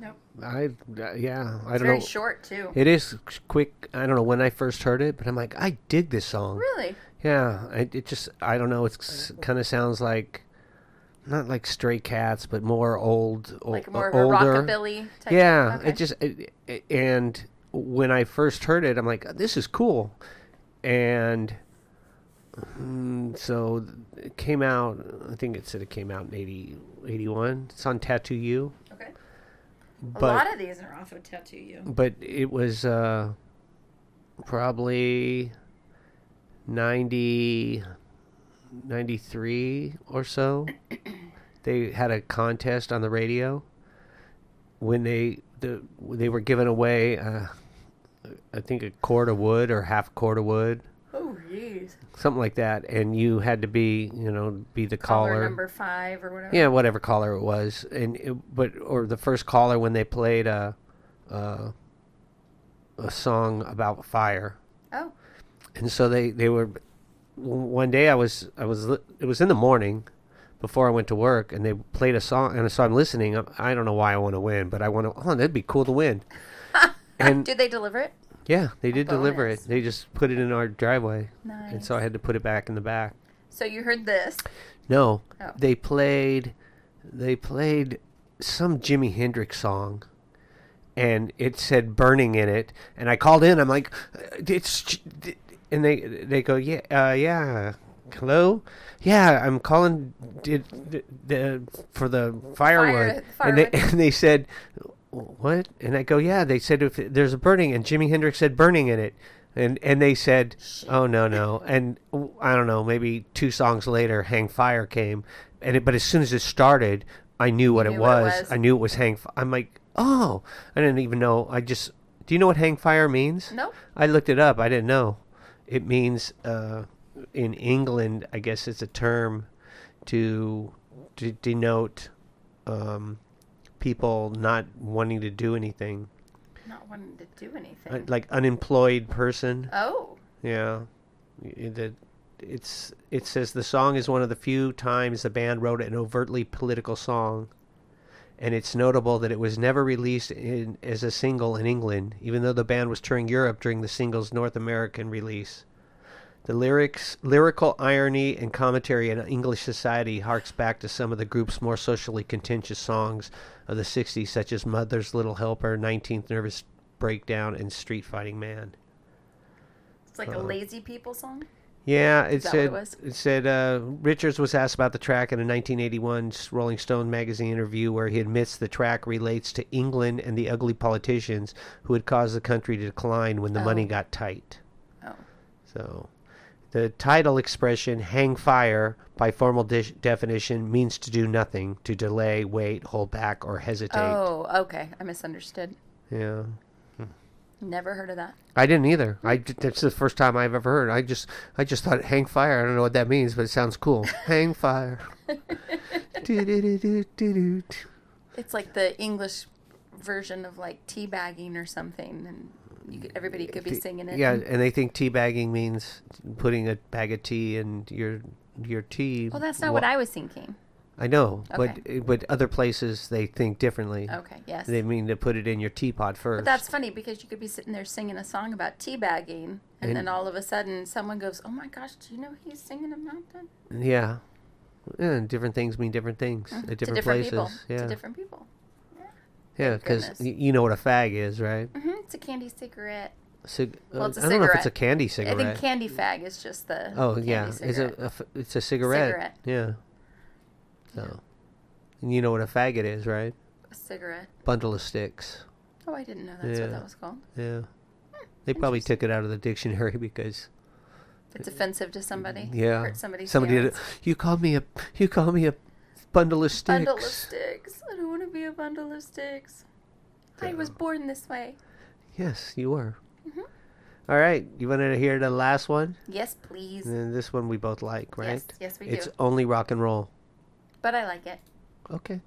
A: No.
B: Nope.
A: I uh, yeah, I
B: It's
A: don't
B: very
A: know.
B: short too.
A: It is quick. I don't know when I first heard it, but I'm like, I dig this song.
B: really?
A: Yeah, it, it just I don't know. It's kind of sounds like not like Stray Cats, but more old, o- uh,
B: Like more of
A: older.
B: a rockabilly type
A: Yeah,
B: okay.
A: it just it, it- and when I first heard it, I'm like, this is cool, and mm, so it came out. I think it said it came out in 80, 81. It's on Tattoo You,
B: Okay.
A: but
B: A lot of these are off of Tattoo You.
A: but it was uh, probably 90, 93 or so. they had a contest on the radio when they the they were giving away, uh, I think, a cord of wood or half cord of wood,
B: Oh, jeez.
A: something like that, and you had to be you know be the
B: Caller.
A: caller.
B: number five or whatever.
A: Yeah, whatever caller it was, and it, but or the first caller when they played a, a, a song about fire,
B: Oh,
A: and so they they were. One day I was I was li- it was in the morning, before I went to work, and they played a song, and so I'm listening. I- I don't know why I want to win, but I want to. Oh, that'd be cool to win. and
B: did they deliver it?
A: yeah, they did deliver it.
B: bonus.
A: They just put it in our driveway,
B: Nice.
A: and so I had to put it back in the back.
B: So you heard this.
A: No,
B: Oh.
A: they played, they played some Jimi Hendrix song, and it said "Burning" in it. And I called in. I'm like, "Uh, it's, J- d- and they they go, yeah, uh, yeah, hello, yeah, I'm calling did, d the for the firewood, and they
B: firewood.
A: and they said. What? And I go, yeah. They said if there's a burning, and Jimi Hendrix said burning in it, and and they said, oh no no, and w- I don't know, maybe two songs later, Hang Fire came, and it, but as soon as it started, I knew what,
B: You
A: it,
B: knew what it
A: was.
B: was.
A: I knew it was Hang. F- I'm like, oh, I didn't even know. I just, do you know what Hang Fire means?
B: No.
A: I looked it up. I didn't know. It means uh, in England, I guess it's a term to, to denote um, people not wanting to do anything,
B: Not wanting to do anything.
A: Uh, like unemployed person.
B: oh,
A: Yeah, Y- the it's it says the song is one of the few times the band wrote an overtly political song, and it's notable that it was never released in, as a single in England, even though the band was touring Europe during the single's North American release. The lyrics, lyrical irony, and commentary in English society harks back to some of the group's more socially contentious songs of the '60s, such as "Mother's Little Helper," "19th Nervous Breakdown," and "Street Fighting Man."
B: it's
A: Uh,
B: like a lazy people song.
A: Yeah, it
B: that what it
A: said
B: was?
A: it said uh, Richards was asked about the track in a 1981 Rolling Stone magazine interview where he admits the track relates to England and the ugly politicians who had caused the country to decline when the money
B: Oh.
A: got tight.
B: Oh,
A: So, the title expression "hang fire" by formal de- definition means to do nothing, to delay, wait, hold back, or hesitate.
B: oh, okay. I misunderstood.
A: Yeah.
B: Never heard of that.
A: I didn't either. I d- that's the first time I've ever heard. I just I just thought hang fire. I don't know what that means, but it sounds cool. hang fire. Do-do-do-do-do-do.
B: It's like the English version of like teabagging or something, and you could, everybody could be singing it.
A: yeah, and they think teabagging means putting a bag of tea in your your tea.
B: Well, Oh, that's not what I was thinking.
A: I know,
B: Okay.
A: but eh, but other places they think differently.
B: Okay, yes.
A: They mean to put it in your teapot first.
B: But that's funny because you could be sitting there singing a song about teabagging, and,
A: And-
B: then all of a sudden someone goes, "Oh my gosh, do you know he's singing about that?"
A: yeah. Yeah, different things mean different things at different,
B: Mm-hmm. to different
A: places.
B: people.
A: Yeah,
B: To different people.
A: yeah, because
B: goodness.
A: you know what a fag is, right?
B: hmm it's a candy cigarette.
A: Cig- uh,
B: Well, it's a
A: I don't know if it's a
B: cigarette.
A: candy
B: I
A: cigarette.
B: think candy fag is just the.
A: Oh
B: candy
A: yeah, it's a,
B: cigarette.
A: a f- it's a cigarette. Yeah. So, and you know what a faggot is, right?
B: A cigarette.
A: Bundle of sticks.
B: Oh, I didn't know that's what
A: Yeah.
B: that was called.
A: Yeah. They
B: Hmm.
A: probably took it out of the dictionary because
B: It's offensive to somebody.
A: yeah,
B: Hurt somebody's
A: somebody did it.
B: feelings.
A: You call me a you call me a bundle of sticks.
B: Bundle of sticks. I don't want to be a bundle of sticks. I was born this way.
A: Yes, you were.
B: Mm-hmm.
A: All right, you wanted to hear the last one,
B: Yes, please.
A: and then this one we both like, right?
B: Yes, yes, we
A: It's
B: do.
A: only rock and roll.
B: But I like it.
A: Okay.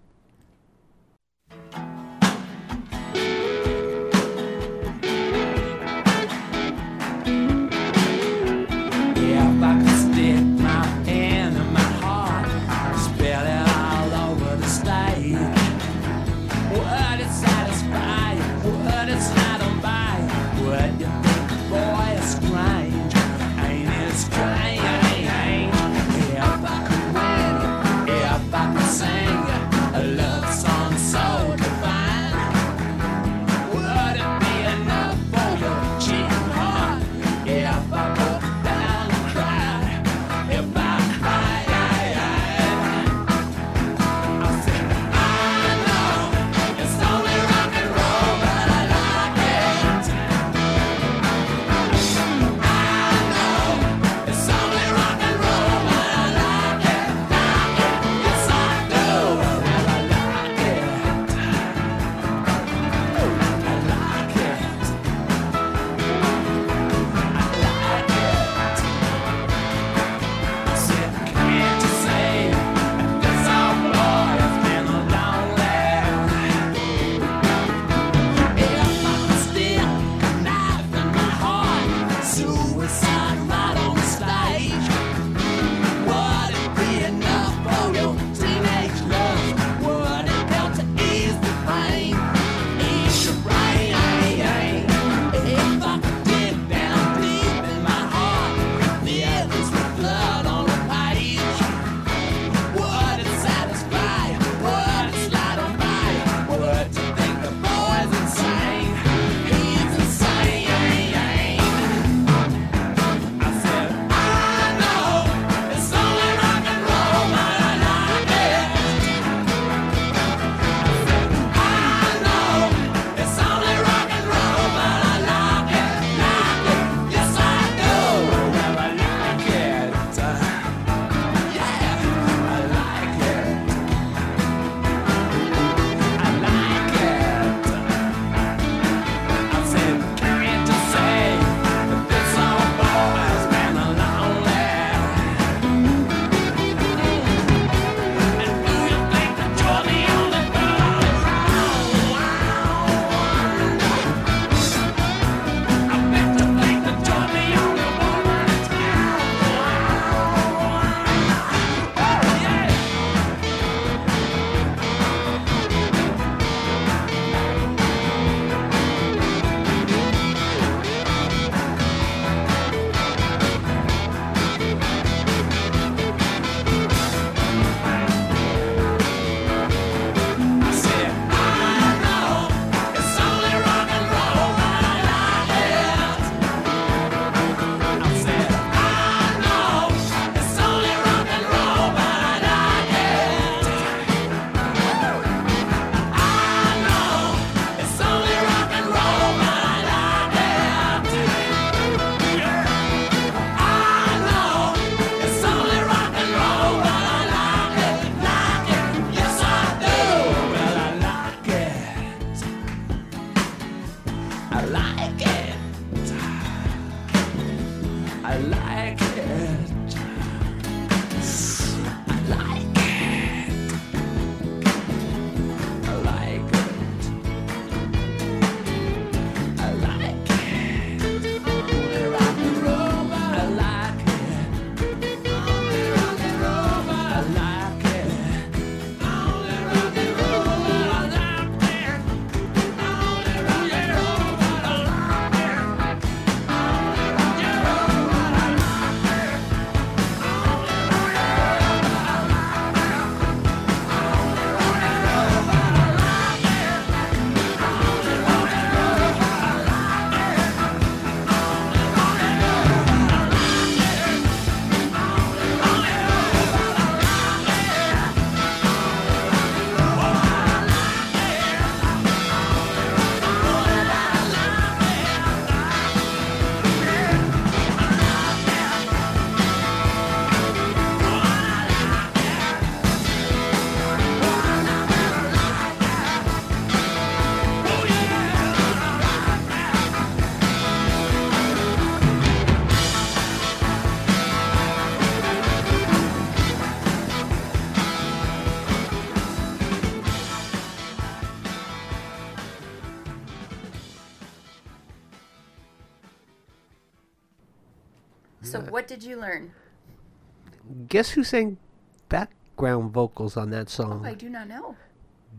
D: Yeah, if I could stick my hand in my heart, I'd spell it all over the stage.
E: said, Boy, it's strange, ain't it strange? If I could win, if I could sing a love song so divine, would it be enough for your cheating heart? If I broke down and cried, if I cried, I said, I know it's only rock and roll, but I like it. It's only rock and roll, but I like it, like it. Yes, I do. Well, I like it. I like it. I like it. I said, can't you see? This old boy has been lonely. If I could steal a knife in my heart, suicide right on the stage. Would it be enough for your teenage love? Would it help to ease the pain? Ease your brain. If I could dig down deep in my heart, feelings with blood on the page. Would it satisfy? Would it slide on by? Would you think the boy's insane? He's insane. I said, I know it's only rock and roll, but I like it. I said, I know it's only rock and roll, but I like it, like it. Yes, I do. Well, I like it. Yeah, I like it. I like it. I said, can't you say that this old boy has been lonely? And do you think that you're the only girl around? I bet you think that you're the only woman in town. Oh yeah. I said, I know it's only rock and roll, but I like it. I said, I know it's only rock and roll, but I like it. I know it's only rock and roll, but I like it. I know it's only rock and roll, but I like it, like it. Yes, I do. Well, I like it. I like it. I like it. I like it. I like it. I like it. Only rock and roll, but I like it. Only rock and roll, but I like it. Only rock and roll, but I like it. Only rock and roll, but I like it. Only rock and roll, but I like it. Only rock and roll, but I like it. Only rock and roll, but I like it. Only rock and roll, but I like it.
B: So what did you learn?
A: Guess who sang background vocals on that song?
B: I do Oh, not know.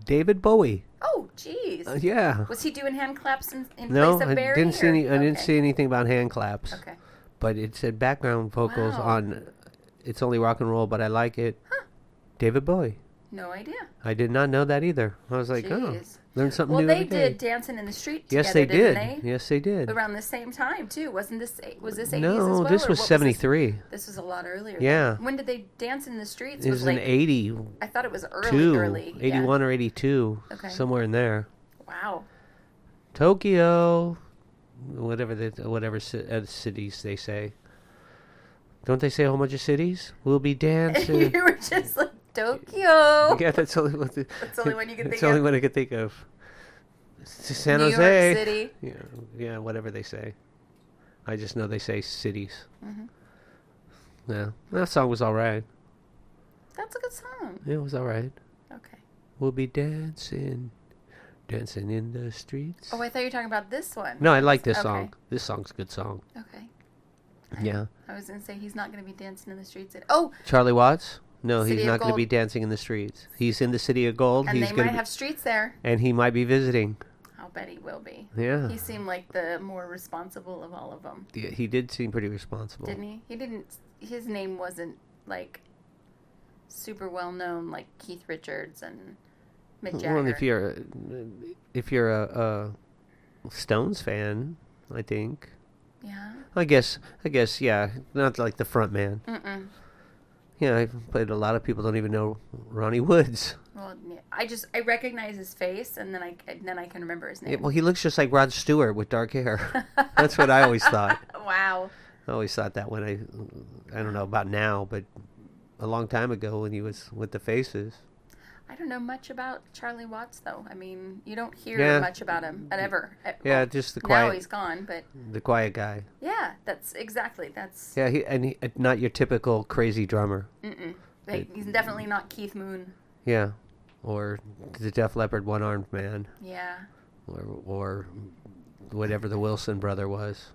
A: David Bowie.
B: Oh, Jeez.
A: Uh, yeah.
B: Was he doing hand claps in, in
A: No,
B: place
A: I
B: of Barry?
A: didn't see
B: or-
A: any. I didn't
B: okay.
A: see anything about hand claps.
B: Okay.
A: But it said background vocals
B: Wow.
A: on "It's Only Rock and Roll," but I like it. David Bowie.
B: No idea.
A: I did not know that either. I was like, oh,
B: Jeez.
A: learned something
B: Well,
A: new.
B: they
A: every day.
B: did dancing in the street together,
A: Yes, they did.
B: didn't they?
A: Yes, they did.
B: Around the same time too. Wasn't this was this 80s as
A: no,
B: well,
A: this
B: or
A: was
B: what
A: seventy three.
B: This, this was a lot earlier.
A: Yeah.
B: When did they dance in the streets?
A: It was
B: like
A: in eighty
B: I thought it was early,
A: two,
B: early. yeah.
A: eighty one or eighty two,
B: Okay.
A: somewhere in there.
B: Wow.
A: Tokyo, whatever the whatever ci- uh, cities they say. Don't they say a whole bunch of cities? We'll be dancing.
B: you were just like Tokyo.
A: yeah, that's only what. The,
B: That's the only one you can
A: that's
B: think
A: only
B: of.
A: one I could think of. S- San
B: New York
A: Jose.
B: City.
A: Yeah, yeah, whatever they say. I just know they say cities.
B: Mm-hmm.
A: Yeah, that song was all right.
B: That's a good song.
A: It was all right.
B: Okay.
A: We'll be dancing, dancing in the streets.
B: Oh, I thought you were talking about this one.
A: no, I like this
B: Okay.
A: song. This song's a good song.
B: Okay.
A: Yeah.
B: I was gonna say he's not gonna be dancing in the streets. At, oh,
A: Charlie Watts? No,
B: City
A: he's
B: of
A: not going to be
B: Gold.
A: dancing in the streets. He's in the city of gold.
B: and
A: he's
B: they
A: gonna
B: might
A: be-
B: have streets there.
A: and he might be visiting.
B: I'll bet he will be.
A: Yeah.
B: He seemed like the more responsible of all of them,
A: Yeah, he did seem pretty responsible.
B: didn't he? He didn't. His name wasn't like super well known, like Keith Richards and Mick Jagger.
A: Well, if you're uh, if you're a, a Stones fan, I think.
B: yeah.
A: I guess I guess yeah, not like the front man.
B: Mm-mm.
A: Yeah, I've played a lot of people don't even know Ronnie Woods.
B: Well, yeah, I just I recognize his face, and then I and then I can remember his
A: Yeah,
B: name.
A: well, he looks just like Rod Stewart with dark hair. That's what I always thought.
B: wow.
A: I always thought that when I, I don't know about now, but a long time ago when he was with the Faces.
B: I don't know much about Charlie Watts, though. I mean, you don't hear
A: Yeah.
B: much about him at ever. At-
A: Yeah,
B: well,
A: just the
B: now
A: quiet,
B: he's gone, but
A: the quiet guy.
B: yeah, that's exactly that's.
A: Yeah, he and he, uh, not your typical crazy drummer.
B: Mm-mm. Like, he's definitely not Keith Moon.
A: Yeah, or the Def Leppard one armed man,
B: Yeah,
A: or or whatever the Wilson brother was.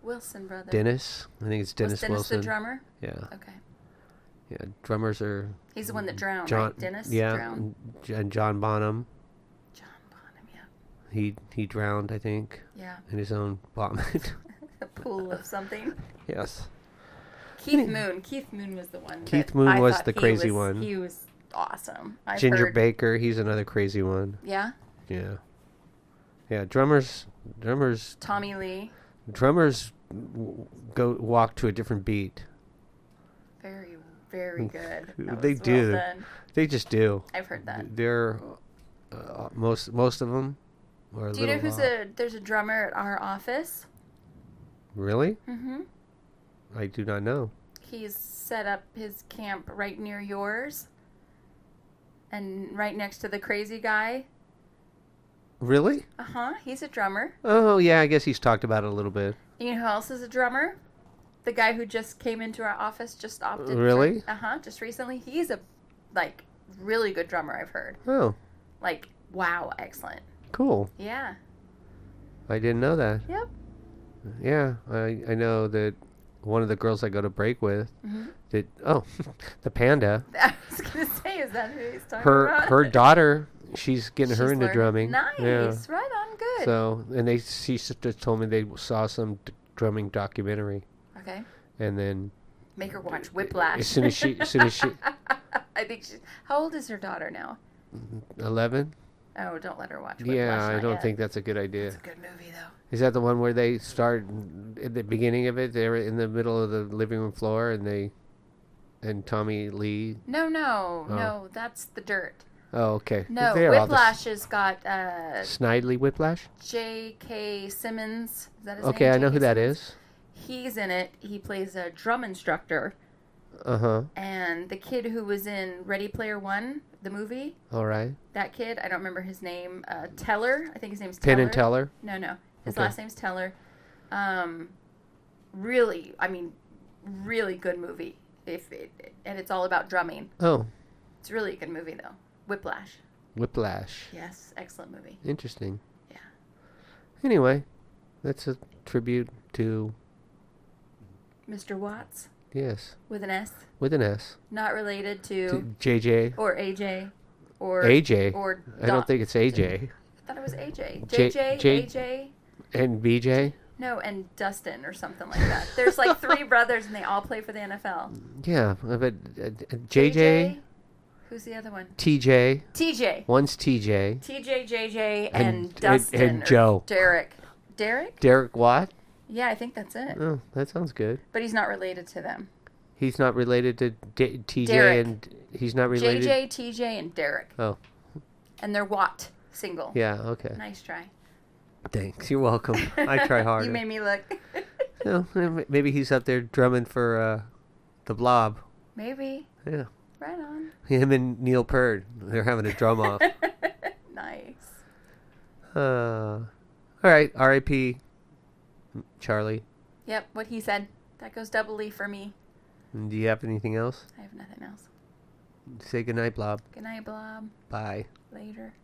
B: Wilson brother.
A: Dennis, I think it's
B: Was
A: Dennis,
B: Dennis
A: Wilson.
B: the drummer?
A: yeah,
B: Okay,
A: yeah. Drummers are
B: he's the one that drowned.
A: Mm-hmm. John.
B: right? Dennis.
A: yeah, Mm.
B: Drowned.
A: and J- and John Bonham.
B: John Bonham. Yeah.
A: He he drowned, I think,
B: Yeah.
A: in his own vomit.
B: The pool of something.
A: yes.
B: Keith Moon. Keith Moon was the one.
A: Keith
B: that
A: Moon
B: I
A: was
B: thought
A: the
B: he
A: crazy
B: was-
A: one.
B: He was awesome. I've
A: Ginger
B: heard-
A: Baker, he's another crazy one.
B: Yeah.
A: Yeah. Yeah, drummers drummers
B: Tommy Lee.
A: drummers w- go walk to a different beat.
B: Very, very good. That
A: They
B: was well
A: do.
B: done.
A: They just do.
B: I've heard that.
A: They're uh, most most of them are a
B: Do you know
A: little
B: who's
A: off.
B: a there's a drummer at our office?
A: Really?
B: Mm-hmm.
A: I do not know.
B: He's set up his camp right near yours, and right next to the crazy guy.
A: Really?
B: Uh huh. He's a drummer.
A: Oh, yeah, I guess he's talked about it a little bit.
B: You know who else is a drummer? The guy who just came into our office just opted.
A: Really?
B: Uh huh. Just recently, he's a like really good drummer. I've heard
A: Oh,
B: like wow, excellent.
A: cool.
B: Yeah.
A: I didn't know that.
B: Yep.
A: Yeah, I I know that one of the girls I go to break with
B: Mhm.
A: that oh, the panda.
B: I was gonna say, is that who he's talking
A: her
B: about?
A: her daughter she's getting
B: She's
A: her into
B: learning-
A: drumming
B: Nice,
A: yeah
B: right on, good.
A: so and they she s- just told me they saw some d- drumming documentary
B: okay,
A: and then
B: make her watch Whiplash.
A: as soon as she as soon as she
B: I think she's. How old is her daughter now?
A: 11
B: Oh, don't let her watch Whiplash.
A: yeah i
B: not
A: don't
B: yet.
A: think that's a good idea
B: It's a good movie though.
A: is that the one where they start at the beginning of it they're in the middle of the living room floor and they and tommy lee
B: No, no,
A: Oh.
B: no. That's the dirt.
A: oh okay
B: No,
A: They're all the s-
B: Whiplash has got uh,
A: snidely whiplash
B: J.K. Simmons. Is that his
A: okay
B: name?
A: i know
B: J.K.
A: who that
B: Simmons?
A: is
B: He's in it. He plays a drum instructor,
A: uh-huh
B: and the kid who was in Ready Player One, the movie.
A: all right
B: that kid. I don't remember his name. Uh, Teller. I think his name's
A: penn
B: Teller.
A: and teller
B: No, no. His
A: Okay.
B: last name's Teller. Um, really, I mean, really good movie. If it, and it's all about drumming.
A: oh
B: It's really a good movie though. Whiplash.
A: whiplash
B: Yes, excellent movie.
A: Interesting.
B: Yeah.
A: Anyway, that's a tribute to
B: Mr. Watts
A: yes,
B: with an S,
A: with an S.
B: not related to
A: To JJ.
B: or AJ or
A: AJ.
B: or
A: I don't
B: Doc.
A: think it's AJ.
B: thought it was AJ.
A: J-
B: JJ,
A: J-
B: AJ.
A: And BJ?
B: No, and Dustin or something like that. There's like three brothers and they all play for the NFL.
A: Yeah, but uh, JJ,
B: Who's the other one?
A: TJ,
B: TJ.
A: one's TJ,
B: TJ, JJ, and,
A: And-
B: Dustin.
A: and- and
B: or
A: Joe.
B: Derek. Derek?
A: Derek Watt.
B: Yeah, I think that's it.
A: Oh, that sounds good.
B: But he's not related to them.
A: He's not related to D- TJ,
B: Derek.
A: and he's not related.
B: JJ, TJ, and Derek.
A: Oh,
B: And they're Watt single.
A: yeah, okay.
B: Nice try.
A: Thanks. You're welcome. I try hard.
B: you made me look.
A: maybe he's up there drumming for uh, the Blob.
B: Maybe.
A: Yeah,
B: Right on.
A: him and Neil Peart. They're having a drum off.
B: Nice.
A: Uh, all right, R.I.P. Charlie.
B: Yep, what he said. That goes doubly for me.
A: Do you have anything else?
B: I have nothing else.
A: Say goodnight, Blob.
B: Good night, Blob.
A: Bye.
B: Later.